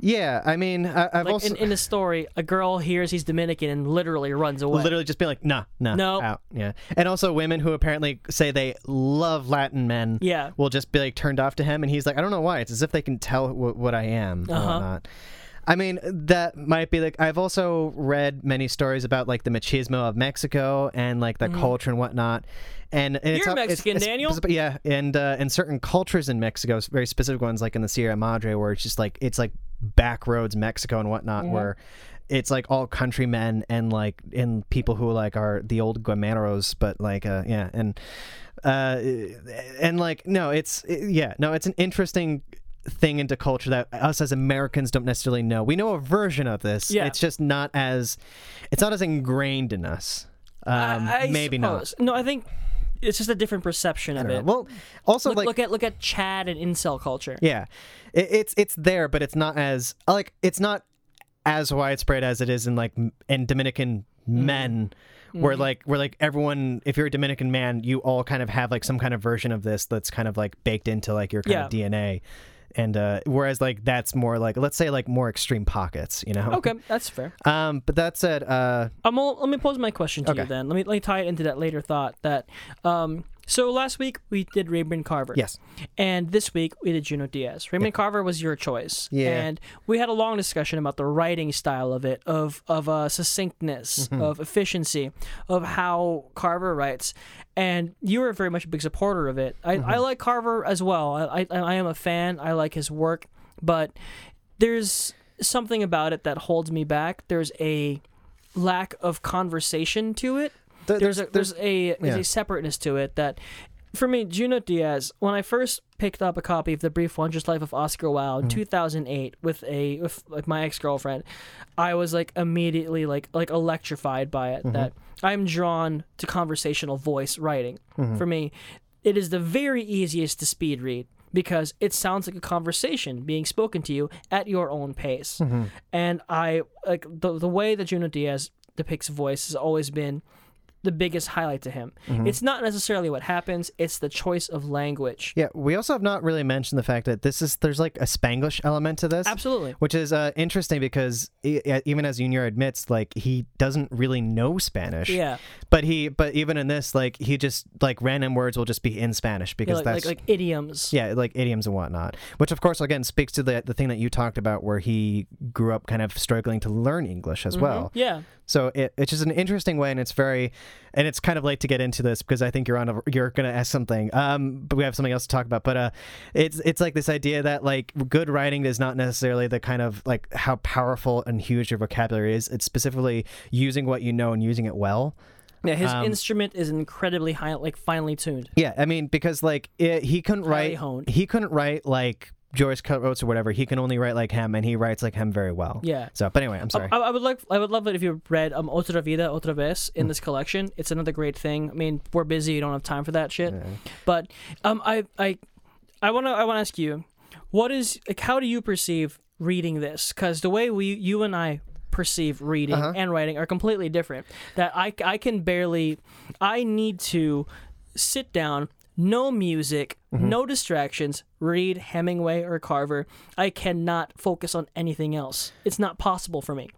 Speaker 1: Yeah, I mean, I, I've
Speaker 2: Like
Speaker 1: also
Speaker 2: in, in the story, a girl hears he's Dominican and literally runs away.
Speaker 1: literally just being like, nah, nah,
Speaker 2: Nope.
Speaker 1: out. Yeah, and also women who apparently say they love Latin men.
Speaker 2: Yeah.
Speaker 1: will just be like turned off to him, and he's like, I don't know why. It's as if they can tell wh- what I am or
Speaker 2: Uh-huh.
Speaker 1: not. I mean, that might be like I've also read many stories about like the machismo of Mexico and like the culture and whatnot. And, and it's
Speaker 2: Mm. You're
Speaker 1: up- it's-
Speaker 2: Mexican,
Speaker 1: it's-
Speaker 2: Daniel.
Speaker 1: it's- yeah, and uh, and certain cultures in Mexico, s- very specific ones like in the Sierra Madre, where it's just like it's like back roads Mexico and whatnot,
Speaker 2: Mm-hmm.
Speaker 1: where it's like all countrymen and like and people who like are the old guameros, but like uh, yeah, and uh, and like no, it's yeah, no, it's an interesting thing into culture that us as Americans don't necessarily know. We know a version of this.
Speaker 2: Yeah.
Speaker 1: It's just not as it's not as ingrained in us. Um,
Speaker 2: I
Speaker 1: maybe not.
Speaker 2: suppose. No, I think it's just a different perception of
Speaker 1: I don't
Speaker 2: it.
Speaker 1: know. Well, also
Speaker 2: look,
Speaker 1: like
Speaker 2: look at look at Chad and incel culture.
Speaker 1: yeah, it, it's it's there, but it's not as like it's not as widespread as it is in like m- in Dominican
Speaker 2: Mm-hmm.
Speaker 1: men, where like where like everyone, if you're a Dominican man, you all kind of have like some kind of version of this that's kind of like baked into like your kind of
Speaker 2: Yeah.
Speaker 1: DNA. And uh, whereas like that's more like let's say like more extreme pockets, you know.
Speaker 2: Okay, that's fair.
Speaker 1: Um, but that said, uh,
Speaker 2: Um, well, let me pose my question to you
Speaker 1: Okay.
Speaker 2: then. Let me let me tie it into that later thought that um so last week we did Raymond Carver.
Speaker 1: Yes.
Speaker 2: And this week we did Juno Diaz. Raymond Carver was your choice.
Speaker 1: Yeah.
Speaker 2: And we had a long discussion about the writing style of it, of of uh, succinctness,
Speaker 1: Mm-hmm.
Speaker 2: of efficiency, of how Carver writes. And you were very much a big supporter of it. I,
Speaker 1: Mm-hmm.
Speaker 2: I like Carver as well. I, I I am a fan. I like his work, but there's something about it that holds me back. There's a lack of conversation to it.
Speaker 1: There-
Speaker 2: there's,
Speaker 1: there's-
Speaker 2: a there's a there's
Speaker 1: yeah.
Speaker 2: a separateness to it that, for me, Juno Diaz. When I first picked up a copy of The Brief Wondrous Life of Oscar Wilde in 2008 with a with like my ex girlfriend, I was like immediately like like electrified by it. That I'm drawn to conversational voice writing. For me, it is the very easiest to speed read because it sounds like a conversation being spoken to you at your own pace. And I like the the way that Juno Diaz depicts voice has always been the biggest highlight to him. It's not necessarily what happens, it's the choice of language.
Speaker 1: yeah, we also have not really mentioned the fact that this is there's like a Spanglish element to this.
Speaker 2: Absolutely.
Speaker 1: which is uh, interesting because e- e- even as Junior admits, like he doesn't really know Spanish.
Speaker 2: Yeah.
Speaker 1: But he, but even in this, like he just like random words will just be in Spanish
Speaker 2: Yeah,
Speaker 1: because
Speaker 2: like,
Speaker 1: that's
Speaker 2: like like idioms.
Speaker 1: yeah, like idioms and whatnot. Which of course again speaks to the the thing that you talked about where he grew up kind of struggling to learn English
Speaker 2: Mm-hmm.
Speaker 1: as well.
Speaker 2: Yeah.
Speaker 1: So it, it's just an interesting way, and it's very, and it's kind of late to get into this because I think you're on a, you're gonna ask something. Um, but we have something else to talk about. But uh, it's it's like this idea that like good writing is not necessarily the kind of like how powerful and huge your vocabulary is. It's specifically using what you know and using it well.
Speaker 2: Yeah, his instrument is incredibly high like finely tuned.
Speaker 1: Yeah, I mean because like it, he couldn't write
Speaker 2: honed.
Speaker 1: he couldn't write like Joyce Cutthroats or whatever. He can only write like him, and he writes like him very well.
Speaker 2: Yeah. Uh,
Speaker 1: So, but anyway, I'm sorry.
Speaker 2: I, I would like I would love it if you read um Otra Vida Otra Vez in this collection. It's another great thing. I mean, we're busy, you don't have time for that shit. But um I I I want to I want to ask you what is like how do you perceive reading this cuz the way we you and I perceive reading and writing are completely different. That I I can barely I need to sit down no music, no distractions, read Hemingway or Carver. I cannot focus on anything else. It's not possible for me.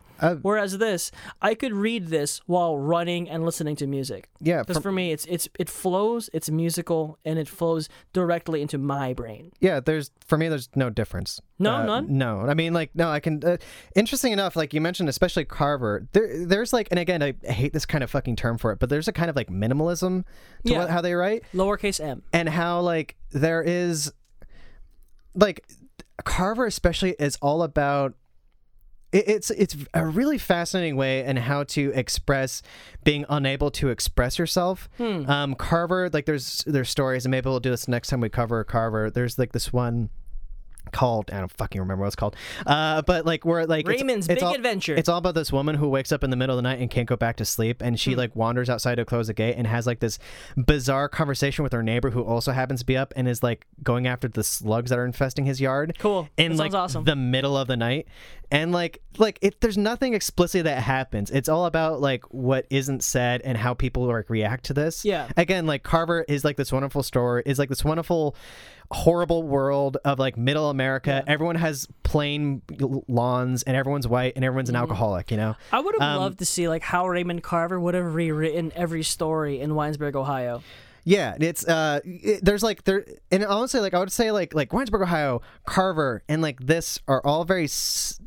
Speaker 2: Whereas this, I could read this while running and listening to music.
Speaker 1: Yeah,
Speaker 2: because
Speaker 1: from-
Speaker 2: for me, it's it's it flows. It's musical and it flows directly into my brain.
Speaker 1: yeah there's for me there's no difference
Speaker 2: No,
Speaker 1: Uh,
Speaker 2: none?
Speaker 1: no i mean like no i can uh, interesting enough like you mentioned especially carver there there's like and again i hate this kind of fucking term for it but there's a kind of like minimalism to
Speaker 2: Yeah.
Speaker 1: what, how they write
Speaker 2: Lowercase m.
Speaker 1: and how like there is like carver especially is all about it- it's it's a really fascinating way and how to express being unable to express yourself.
Speaker 2: Hmm.
Speaker 1: Um, Carver, like there's there's stories, and maybe we'll do this next time we cover Carver. There's like this one called I don't fucking remember what it's called, uh, but like where like it's-
Speaker 2: Raymond's
Speaker 1: it's,
Speaker 2: Big
Speaker 1: all,
Speaker 2: Adventure.
Speaker 1: It's all about this woman who wakes up in the middle of the night and can't go back to sleep, and
Speaker 2: Hmm.
Speaker 1: she like wanders outside to close the gate and has like this bizarre conversation with her neighbor who also happens to be up and is like going after the slugs that are infesting his yard.
Speaker 2: Cool.
Speaker 1: In
Speaker 2: That sounds
Speaker 1: like
Speaker 2: awesome.
Speaker 1: the middle of the night, and like like it, there's nothing explicit that happens. It's all about like what isn't said and how people like react to this.
Speaker 2: Yeah.
Speaker 1: Again, like Carver is like this wonderful story. Is like this wonderful horrible world of like middle America. Everyone has plain lawns and everyone's white and everyone's an alcoholic, you know?
Speaker 2: I would have loved to see like how Raymond Carver would have rewritten every story in Winesburg, Ohio.
Speaker 1: Yeah, it's uh, it- there's like there, and honestly, like I would say, like like Winesburg, Ohio, Carver, and like this are all very s-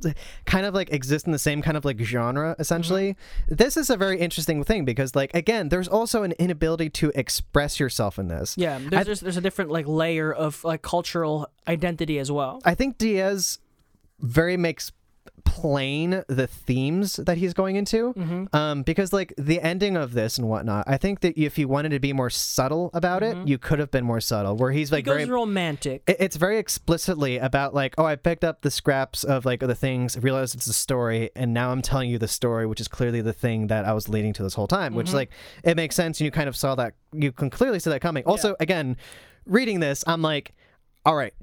Speaker 1: kind of like exist in the same kind of like genre. Essentially,
Speaker 2: Mm-hmm.
Speaker 1: this is a very interesting thing because like again, there's also an inability to express yourself in this.
Speaker 2: Yeah, there's just, there's a different like layer of like cultural identity as well.
Speaker 1: I think Diaz very makes plain the themes that he's going into
Speaker 2: Mm-hmm.
Speaker 1: um, because like the ending of this and whatnot i think that if you wanted to be more subtle about it you could have been more subtle where he's like
Speaker 2: It Mm-hmm. goes
Speaker 1: very
Speaker 2: romantic.
Speaker 1: it- it's very explicitly about like oh i picked up the scraps of like other things realized it's a story and now i'm telling you the story which is clearly the thing that i was leading to this whole time which like it makes sense and you kind of saw that you can clearly see that coming also again reading this i'm like all right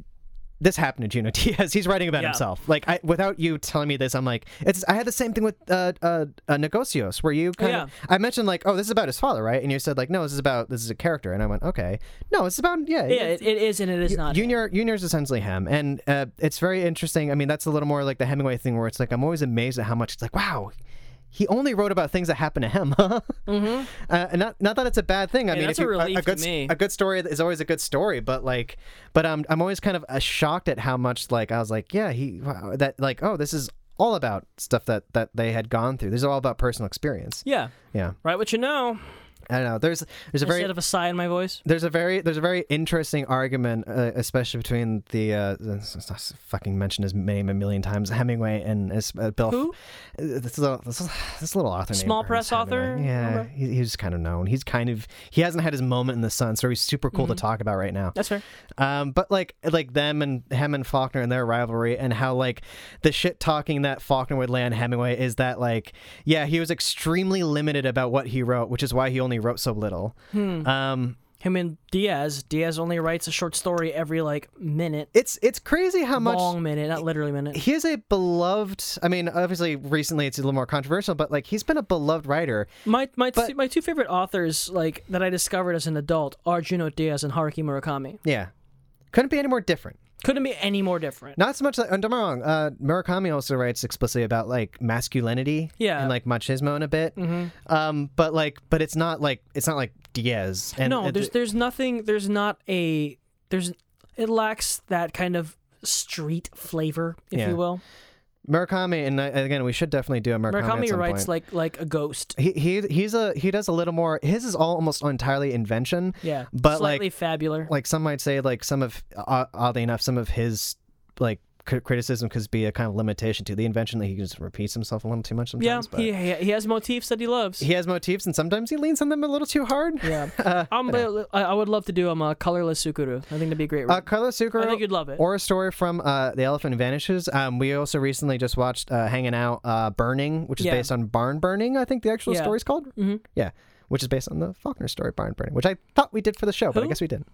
Speaker 1: this happened to Juno Diaz. He's writing about
Speaker 4: Yeah.
Speaker 1: himself. Like I, without you telling me this, I'm like, it's. I had the same thing with uh, uh, uh Negocios, where you kind of. I mentioned like, oh, this is about his father, right? And you said like, no, this is about this is a character, and I went, okay, no, it's about yeah,
Speaker 2: yeah, it, it is and it is not.
Speaker 1: Junior, Junior's essentially him, and uh, it's very interesting. I mean, that's a little more like the Hemingway thing, where it's like I'm always amazed at how much it's like, wow, he only wrote about things that happened to him. mm-hmm. uh, and not, not that it's a bad thing. I mean,
Speaker 2: that's
Speaker 1: if
Speaker 2: a
Speaker 1: you,
Speaker 2: relief
Speaker 1: a, good,
Speaker 2: to
Speaker 1: s-
Speaker 2: me.
Speaker 1: a good story is always a good story, but like, but um, I'm always kind of uh, shocked at how much like I was like, yeah, he wow, that like, oh, this is all about stuff that that they had gone through. This is all about personal experience.
Speaker 2: yeah,
Speaker 1: Yeah,
Speaker 2: right. What you know
Speaker 1: I don't know. There's there's a very
Speaker 2: instead of a sigh in my voice.
Speaker 1: there's a very there's a very interesting argument, uh, especially between the uh, let's not s- fucking mention his name a million times, Hemingway and his, uh, Bill.
Speaker 2: Who?
Speaker 1: Uh, This little this, little- this little author. named
Speaker 2: Small
Speaker 1: Ernest
Speaker 2: press author?
Speaker 1: Hemingway. Yeah,
Speaker 2: Remember?
Speaker 1: he, he's kind of known. He's kind of he hasn't had his moment in the sun, so he's super cool to talk about right now.
Speaker 2: Mm-hmm. That's fair.
Speaker 1: Um, but like like them and him and Faulkner and their rivalry and how like the shit talking that Faulkner would lay on Hemingway is that like yeah he was extremely limited about what he wrote, which is why he only wrote so little.
Speaker 2: Hmm.
Speaker 1: Um,
Speaker 2: Him and Diaz. Diaz only writes a short story every like minute,
Speaker 1: it's it's crazy how much
Speaker 2: long minute, not literally minute.
Speaker 1: he is a beloved i mean obviously recently it's a little more controversial but like he's been a beloved writer
Speaker 2: My my
Speaker 1: But-
Speaker 2: two, my two favorite authors like that I discovered as an adult are Juno Diaz and Haruki Murakami.
Speaker 1: yeah couldn't be any more different
Speaker 2: Couldn't be any more different.
Speaker 1: not so much like, and don't get me wrong uh murakami also writes explicitly about like masculinity
Speaker 2: Yeah. Mm-hmm.
Speaker 1: and like machismo in a bit um but like but it's not like it's not like diaz and
Speaker 2: no,
Speaker 1: and-
Speaker 2: there's there's nothing. There's not a there's it lacks that kind of street flavor, if
Speaker 1: Yeah.
Speaker 2: you will.
Speaker 1: murakami and I, again we should definitely do a murakami, at
Speaker 2: Murakami
Speaker 1: some
Speaker 2: writes
Speaker 1: point.
Speaker 2: like like a ghost.
Speaker 1: he, he he's a he does a little more his is all almost entirely invention
Speaker 2: Yeah,
Speaker 1: but like
Speaker 2: slightly fabular.
Speaker 1: like some might say like some of uh, oddly enough some of his like cri- criticism could be a kind of limitation to the invention that he just repeats himself a little too much
Speaker 2: yeah,
Speaker 1: sometimes but
Speaker 2: he, he he has motifs that he loves.
Speaker 1: he has motifs and sometimes he leans on them a little too hard
Speaker 2: yeah,
Speaker 1: uh,
Speaker 2: um, but I I would love to do um, uh, colorless Sukuru. I think that'd be a great.
Speaker 1: uh,
Speaker 2: read.
Speaker 1: Carlos Zucchero,
Speaker 2: I think you'd love it.
Speaker 1: Or a story from uh, The Elephant Vanishes. Um, we also recently just watched uh, Hanging Out uh, Burning, which is
Speaker 2: Yeah.
Speaker 1: based on Barn Burning, I think the actual
Speaker 2: Yeah.
Speaker 1: story's called. Mm-hmm. Yeah. Which is based on the Faulkner story, Barn Burning, which I thought we did for the show, but I
Speaker 2: Who?
Speaker 1: guess we didn't.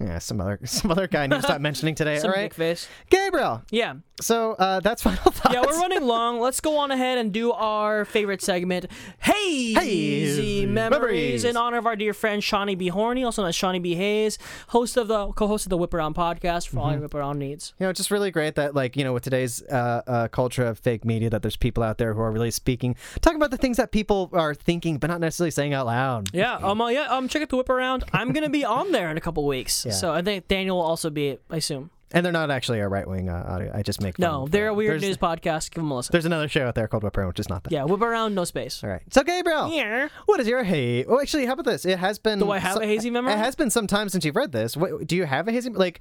Speaker 1: Yeah, some other some other guy I need to stop mentioning today.
Speaker 2: Some
Speaker 1: all right.
Speaker 2: dick face.
Speaker 1: Gabriel,
Speaker 2: Yeah,
Speaker 1: So uh, that's final thoughts.
Speaker 2: yeah, we're running long. Let's go on ahead and do our favorite segment, Hazy
Speaker 1: Hazy
Speaker 2: Memories,
Speaker 1: Memories.
Speaker 2: in honor of our dear friend Shawnee B. Horny, also known as Shawnee B. Hayes, host of the co-host of the Whip Around podcast for all
Speaker 1: Mm-hmm.
Speaker 2: your Whip Around needs.
Speaker 1: You know, it's just really great that like you know with today's uh, uh, culture of fake media, that there's people out there who are really speaking, talking about the things that people are thinking, but not necessarily saying out loud.
Speaker 2: Yeah, um, uh, yeah, um, check out the Whip Around. I'm gonna be on there in a couple weeks, so I think Daniel will also be. I assume.
Speaker 1: And they're not actually a right wing uh, audio. I just make fun
Speaker 2: No,
Speaker 1: of
Speaker 2: they're
Speaker 1: them.
Speaker 2: a weird
Speaker 1: there's,
Speaker 2: news podcast. Give them a listen.
Speaker 1: There's another show out there called Whipper, which is not that.
Speaker 2: Yeah, Whip Around, no space.
Speaker 1: All right. So Gabriel,
Speaker 2: Yeah.
Speaker 1: what is your hazy? Well, actually, how about this? It has been.
Speaker 2: Do I have a hazy memory?
Speaker 1: It has been some time since you've read this. What, do you have a hazy like?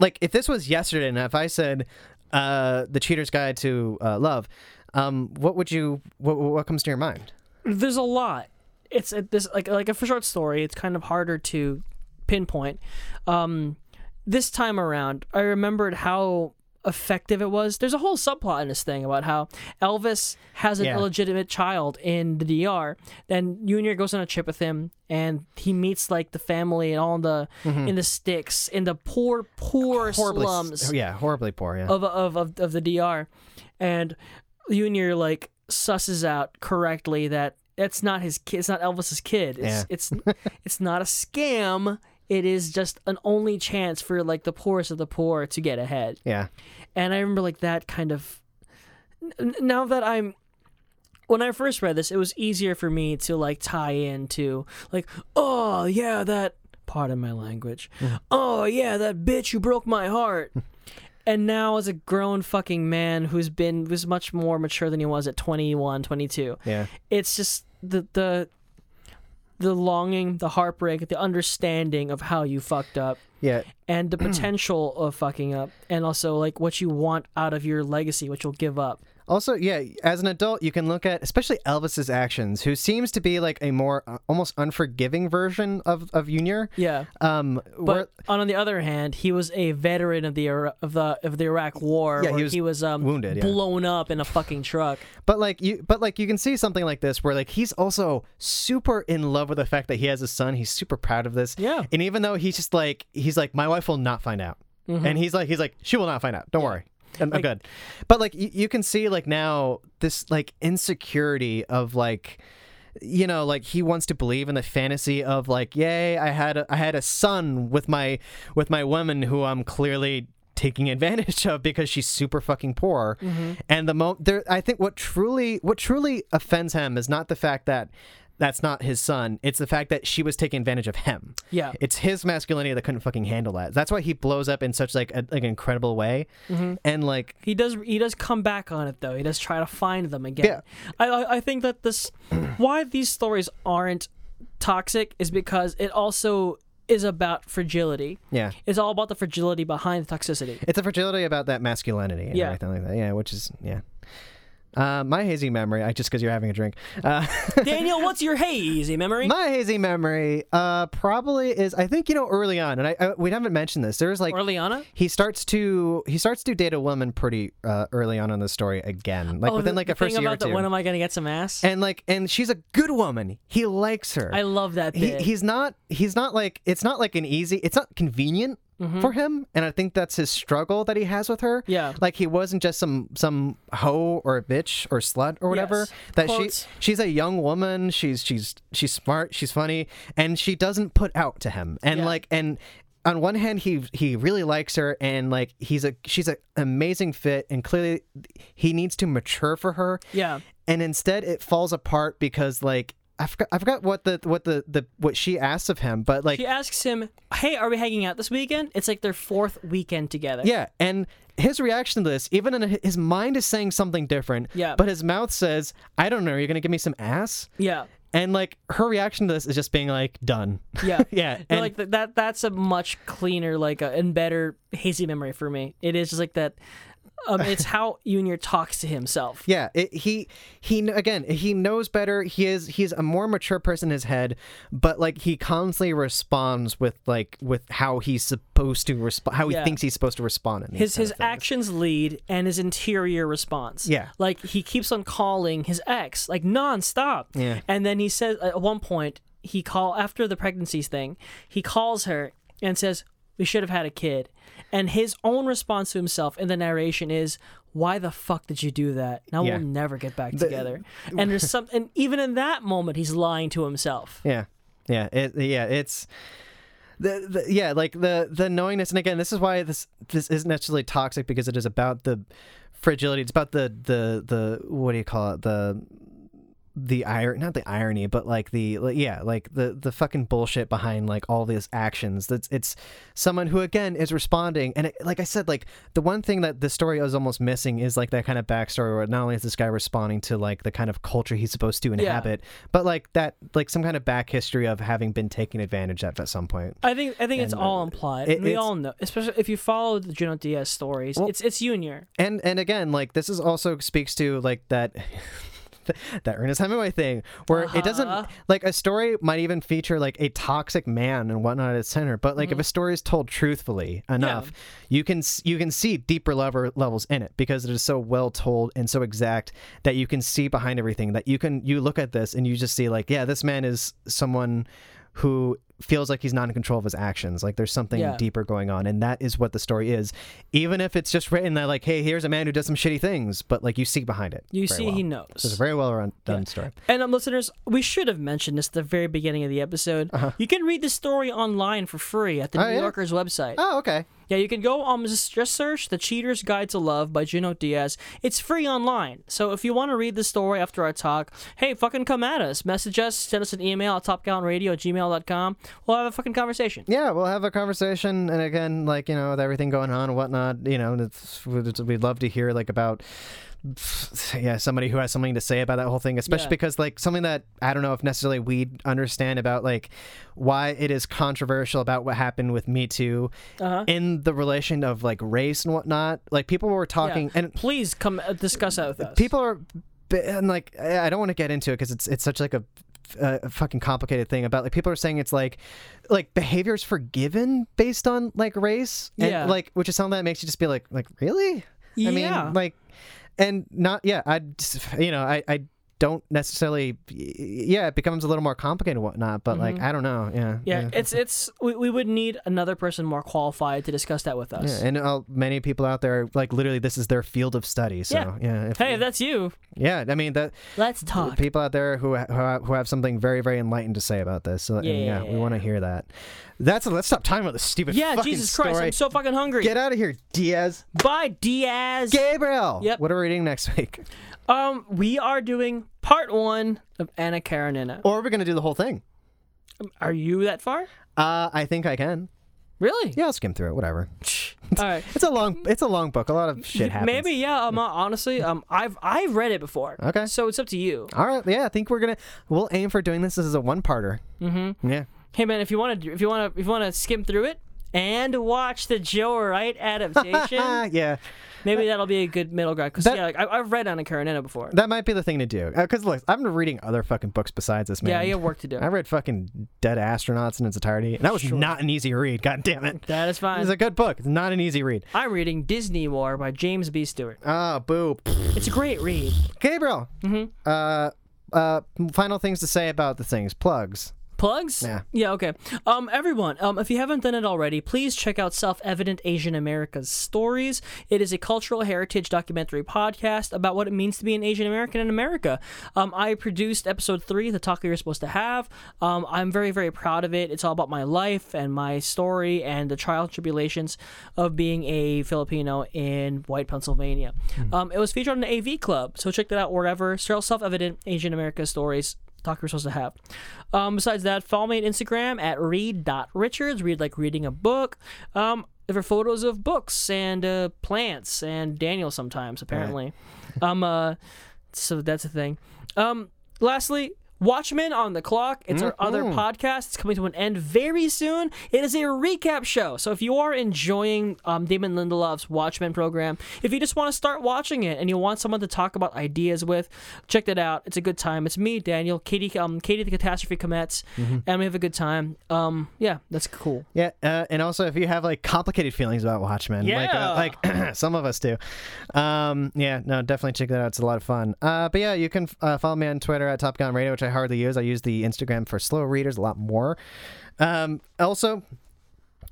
Speaker 1: Like if this was yesterday, and if I said, uh, "The Cheater's Guide to uh, Love," um, what would you? What, what comes to your mind?
Speaker 2: there's a lot. It's it, this like like for short story. It's kind of harder to pinpoint. Um, this time around, I remembered how effective it was. There's a whole subplot in this thing about how Elvis has an
Speaker 1: Yeah.
Speaker 2: illegitimate child in the DR. Then Junior goes on a trip with him, and he meets like the family and all in the in the sticks in the poor poor
Speaker 1: horribly s-
Speaker 2: slums
Speaker 1: Yeah, horribly poor. Yeah.
Speaker 2: of of of, of the DR, and Junior like susses out correctly that it's not his kid. It's not Elvis's kid. It's
Speaker 1: Yeah.
Speaker 2: it's it's not a scam. it is just an only chance for like the poorest of the poor to get ahead.
Speaker 1: Yeah.
Speaker 2: And I remember like that kind of. n- Now that I'm. When I first read this, it was easier for me to like tie into like, oh yeah, that pardon my language. Oh yeah, that bitch who broke my heart. and now as a grown fucking man who's been was much more mature than he was at 21, 22.
Speaker 1: Yeah.
Speaker 2: It's just the the the longing, the heartbreak, the understanding of how you fucked up
Speaker 1: Yeah.
Speaker 2: and the potential of fucking up and also like what you want out of your legacy what you'll give up
Speaker 1: Also, yeah, as an adult, you can look at especially Elvis's actions, who seems to be like a more uh, almost unforgiving version of of Junior.
Speaker 2: yeah
Speaker 1: Um, where,
Speaker 2: but on, on the other hand he was a veteran of the Ira- of the of the Iraq war
Speaker 1: Yeah,
Speaker 2: where
Speaker 1: he was
Speaker 2: um,
Speaker 1: wounded, yeah.
Speaker 2: blown up in a fucking truck
Speaker 1: but like you, but like you can see something like this where like he's also super in love with the fact that he has a son. He's super proud of this.
Speaker 2: Yeah.
Speaker 1: And even though he's just like he's like my wife will not find out, and he's like he's like she will not find out. Don't worry. I'm, I'm good. But like you, you can see like now this like insecurity of like you know like he wants to believe in the fantasy of like yay i had a, i had a son with my with my woman who i'm clearly taking advantage of because she's super fucking poor and the mo there i think what truly what truly offends him is not the fact that that's not his son it's the fact that she was taking advantage of him
Speaker 2: Yeah.
Speaker 1: it's his masculinity that couldn't fucking handle that that's why he blows up in such like, a, like an incredible way and like
Speaker 2: he does he does come back on it though he does try to find them again
Speaker 1: Yeah.
Speaker 2: I, I i think that this why these stories aren't toxic is because it also is about fragility
Speaker 1: yeah
Speaker 2: it's all about the fragility behind the toxicity
Speaker 1: It's a fragility about that masculinity and
Speaker 2: Yeah.
Speaker 1: everything like that. Yeah, which is yeah. Uh, my hazy memory, I just because you're having a drink. Uh,
Speaker 2: Daniel, what's your hazy memory?
Speaker 1: my hazy memory, uh, probably is I think you know early on, and I, I we haven't mentioned this. There's like
Speaker 2: Orleana?
Speaker 1: he starts to he starts to date a woman pretty uh, early on in the story again, like
Speaker 2: Oh,
Speaker 1: within
Speaker 2: the-
Speaker 1: like
Speaker 2: the
Speaker 1: a first
Speaker 2: thing
Speaker 1: year or
Speaker 2: about the
Speaker 1: two.
Speaker 2: when am I gonna get some ass?
Speaker 1: and like, and she's a good woman. He likes her.
Speaker 2: I love that
Speaker 1: he,
Speaker 2: bit.
Speaker 1: he's not he's not like it's not like an easy it's not convenient for him and i think that's his struggle that he has with her
Speaker 2: Mm-hmm. Yeah.
Speaker 1: like he wasn't just some some hoe or bitch or slut or whatever
Speaker 2: Yes.
Speaker 1: that
Speaker 2: Quotes.
Speaker 1: she she's a young woman she's she's she's smart she's funny and she doesn't put out to him and
Speaker 2: Yeah.
Speaker 1: like and on one hand he he really likes her and like he's a she's an amazing fit and clearly he needs to mature for her
Speaker 2: yeah.
Speaker 1: and instead it falls apart because like I forgot, I forgot what the what the, the what she asks of him, but like
Speaker 2: She asks him, Hey, are we hanging out this weekend? It's like their fourth weekend together.
Speaker 1: yeah, and his reaction to this, even in his mind is saying something different,
Speaker 2: Yeah.
Speaker 1: but his mouth says, "I don't know, you're gonna give me some ass,"
Speaker 2: Yeah.
Speaker 1: and like her reaction to this is just being like, "Done."
Speaker 2: Yeah.
Speaker 1: Yeah,
Speaker 2: No,
Speaker 1: and-
Speaker 2: like th- that that's a much cleaner, like uh, and better hazy memory for me. It is just like that um it's how Junior talks to himself.
Speaker 1: Yeah, it, he he kn- again he knows better. He is he's a more mature person in his head, but like he constantly responds with like with how he's supposed to respond, how he
Speaker 2: Yeah.
Speaker 1: thinks he's supposed to respond. In these
Speaker 2: his
Speaker 1: kind
Speaker 2: his
Speaker 1: of things.
Speaker 2: actions lead and his interior response.
Speaker 1: Yeah.
Speaker 2: like he keeps on calling his ex like nonstop.
Speaker 1: Yeah.
Speaker 2: and then he says at one point he call after the pregnancies thing he calls her and says we should have had a kid, and his own response to himself in the narration is why the fuck did you do that? Now
Speaker 1: Yeah.
Speaker 2: we'll never get back together. and there's some and even in that moment he's lying to himself.
Speaker 1: Yeah, yeah, it, yeah. It's the, the yeah, like the the annoyingness, and again, this is why this this isn't necessarily toxic because it is about the fragility. It's about the the the what do you call it the the iron not the irony but like the like, yeah like the the fucking bullshit behind like all these actions that's it's someone who again is responding and it, like i said like the one thing that the story is almost missing is like that kind of backstory where not only is this guy responding to like the kind of culture he's supposed to inhabit but like that like some kind of back history of having been taken advantage of at some point
Speaker 2: I think I think it's
Speaker 1: And,
Speaker 2: all
Speaker 1: uh,
Speaker 2: implied.
Speaker 1: it-
Speaker 2: and we
Speaker 1: it's-
Speaker 2: all know, especially if you follow the Juno Diaz stories. it's it's Junior.
Speaker 1: and and again like this is also speaks to like that that Ernest Hemingway thing where it doesn't like a story might even feature like a toxic man and whatnot at its center but like if a story is told truthfully enough you can s- you can see deeper level levels in it because it is so well told and so exact that you can see behind everything that you can you look at this and you just see like yeah this man is someone who feels like he's not in control of his actions. Like there's something
Speaker 2: Yeah.
Speaker 1: deeper going on, and that is what the story is. Even if it's just written that like, hey, here's a man who does some shitty things, but like you see behind it.
Speaker 2: You
Speaker 1: very
Speaker 2: see,
Speaker 1: well.
Speaker 2: he knows.
Speaker 1: It's a very well run, done story.
Speaker 2: And um, listeners, we should have mentioned this at the very beginning of the episode. You can read the story online for free at the
Speaker 1: Uh-huh. Oh,
Speaker 2: New
Speaker 1: yeah?
Speaker 2: Yorker's website.
Speaker 1: Oh, okay.
Speaker 2: Yeah, you can go um s- just search "The Cheater's Guide to Love" by Juno Diaz. It's free online, so if you want to read the story after our talk, hey, fucking come at us. Message us, send us an email at topgallonradio at gmail.com. We'll have a fucking conversation.
Speaker 1: Yeah, we'll have a conversation, and again, like you know, with everything going on and whatnot, you know, it's, we'd we'd love to hear like about. Yeah, somebody who has something to say about that whole thing, especially
Speaker 2: Yeah.
Speaker 1: because like something that I don't know if necessarily we understand about like why it is controversial about what happened with Me Too
Speaker 2: Uh-huh.
Speaker 1: in the relation of like race and whatnot. Like people were
Speaker 2: Yeah.
Speaker 1: talking, and
Speaker 2: please come uh, discuss that with us.
Speaker 1: people are bi- and like i I don't want to get into it because it's it's such like a a fucking complicated thing about like people are saying it's like like behaviors forgiven based on like race and
Speaker 2: Yeah.
Speaker 1: like which is something that makes you just be like like really i
Speaker 2: Yeah.
Speaker 1: mean like and not yeah i just, you know i i don't necessarily yeah it becomes a little more complicated and whatnot but like i don't know yeah
Speaker 2: Mm-hmm. yeah, it's it's we, we would need another person more qualified to discuss that with us.
Speaker 1: Yeah, and uh, many people out there like literally this is their field of study so
Speaker 2: Yeah.
Speaker 1: yeah, if-
Speaker 2: Hey, if that's you.
Speaker 1: yeah i mean that
Speaker 2: Let's
Speaker 1: the
Speaker 2: talk.
Speaker 1: people out there who ha- who ha- who have something very very enlightened to say about this. So and, yeah, we want to hear that. That's let's stop talking about this stupid.
Speaker 2: Yeah,
Speaker 1: fucking
Speaker 2: Jesus Christ,
Speaker 1: story.
Speaker 2: I'm so fucking hungry.
Speaker 1: Get out of here, Diaz.
Speaker 2: Bye, Diaz.
Speaker 1: Gabriel.
Speaker 2: Yep.
Speaker 1: What are we reading next week?
Speaker 2: Um, we are doing part one of Anna Karenina.
Speaker 1: Or are we gonna do the whole thing?
Speaker 2: Are you that far?
Speaker 1: Uh, I think I can.
Speaker 2: Really?
Speaker 1: Yeah, I'll skim through it. Whatever.
Speaker 2: All right.
Speaker 1: It's a long. It's a long book. A lot of shit happens.
Speaker 2: Maybe yeah. Um, uh, honestly, um, I've I've read it before.
Speaker 1: Okay.
Speaker 2: So it's up to you.
Speaker 1: All right. Yeah, I think we're gonna. We'll aim for doing this as a one-parter. Mm-hmm. Yeah.
Speaker 2: Hey man, if you want to, if you want to, if you want to skim through it and watch the Joe Wright
Speaker 1: Ah,
Speaker 2: adaptation,
Speaker 1: yeah.
Speaker 2: maybe that'll be a good middle ground. Cause
Speaker 1: That-
Speaker 2: yeah, like I, I've read Anna Karenina before.
Speaker 1: That might be the thing to do. Because look, I'm reading other fucking books besides this. Man.
Speaker 2: yeah, you have work to do.
Speaker 1: I read fucking Dead Astronauts in its entirety, and that was not an easy read. God damn it!
Speaker 2: That is fine.
Speaker 1: It's a good book. It's not an easy read.
Speaker 2: I'm reading Disney War by James B. Stewart.
Speaker 1: Ah, boo.
Speaker 2: It's a great read.
Speaker 1: Gabriel. Mm-hmm. Uh, uh, final things to say about the things. Plugs.
Speaker 2: plugs
Speaker 1: Yeah.
Speaker 2: okay um everyone um if you haven't done it already please check out self-evident asian america's stories it is a cultural heritage documentary podcast about what it means to be an asian american in america um i produced episode three the talk you're supposed to have um i'm very very proud of it it's all about my life and my story and the trial and tribulations of being a filipino in white pennsylvania um it was featured on the av club so check that out wherever self-evident asian america stories talk you're supposed to have. Um, besides that, follow me on Instagram at read.richards, read like reading a book. Um, there are photos of books and uh, plants and Daniel sometimes, apparently. um, uh, so that's a thing. Um, lastly, Watchmen on the Clock. It's our other podcast. It's coming to an end very soon. It is a recap show. So if you are enjoying um, Damon Lindelof's Watchmen program, if you just want to start watching it and you want someone to talk about ideas with, check that out. It's a good time. It's me, Daniel, Katie, um, Katie the Catastrophe Comets, and we have a good time. Um, yeah, that's cool.
Speaker 1: Yeah, uh, and also if you have like complicated feelings about Watchmen,
Speaker 2: Yeah.
Speaker 1: like, uh, like some of us do, um, yeah, no, definitely check that out. It's a lot of fun. Uh, but yeah, you can uh, follow me on Twitter at Top Gun Radio, which I hardly use. I use the Instagram for slow readers a lot more. Um, also.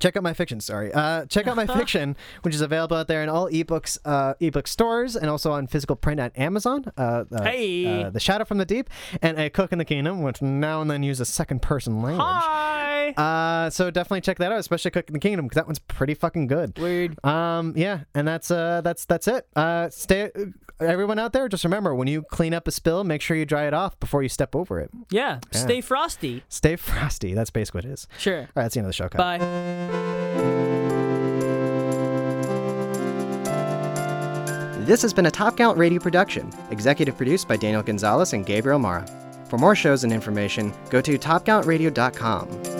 Speaker 1: Check out my fiction. Sorry. Uh, check out my fiction, which is available out there in all ebooks, uh, ebook stores, and also on physical print at Amazon. Uh, uh,
Speaker 2: Hey.
Speaker 1: uh, the Shadow from the Deep, and A Cook in the Kingdom, which now and then use a second person language.
Speaker 2: Hi.
Speaker 1: Uh, so definitely check that out, especially Cook in the Kingdom, because that one's pretty fucking good.
Speaker 2: Weird.
Speaker 1: Um, yeah, and that's uh, that's that's it. Uh, stay, everyone out there, just remember when you clean up a spill, make sure you dry it off before you step over it.
Speaker 2: Yeah. Stay frosty.
Speaker 1: Stay frosty. That's basically what it is.
Speaker 2: Sure.
Speaker 1: All right, that's the end of the show. Kyle.
Speaker 2: Bye.
Speaker 5: This has been a Top Gallant Radio production, executive produced by Daniel Gonzalez and Gabriel Mara. For more shows and information, go to topgallantradio.com.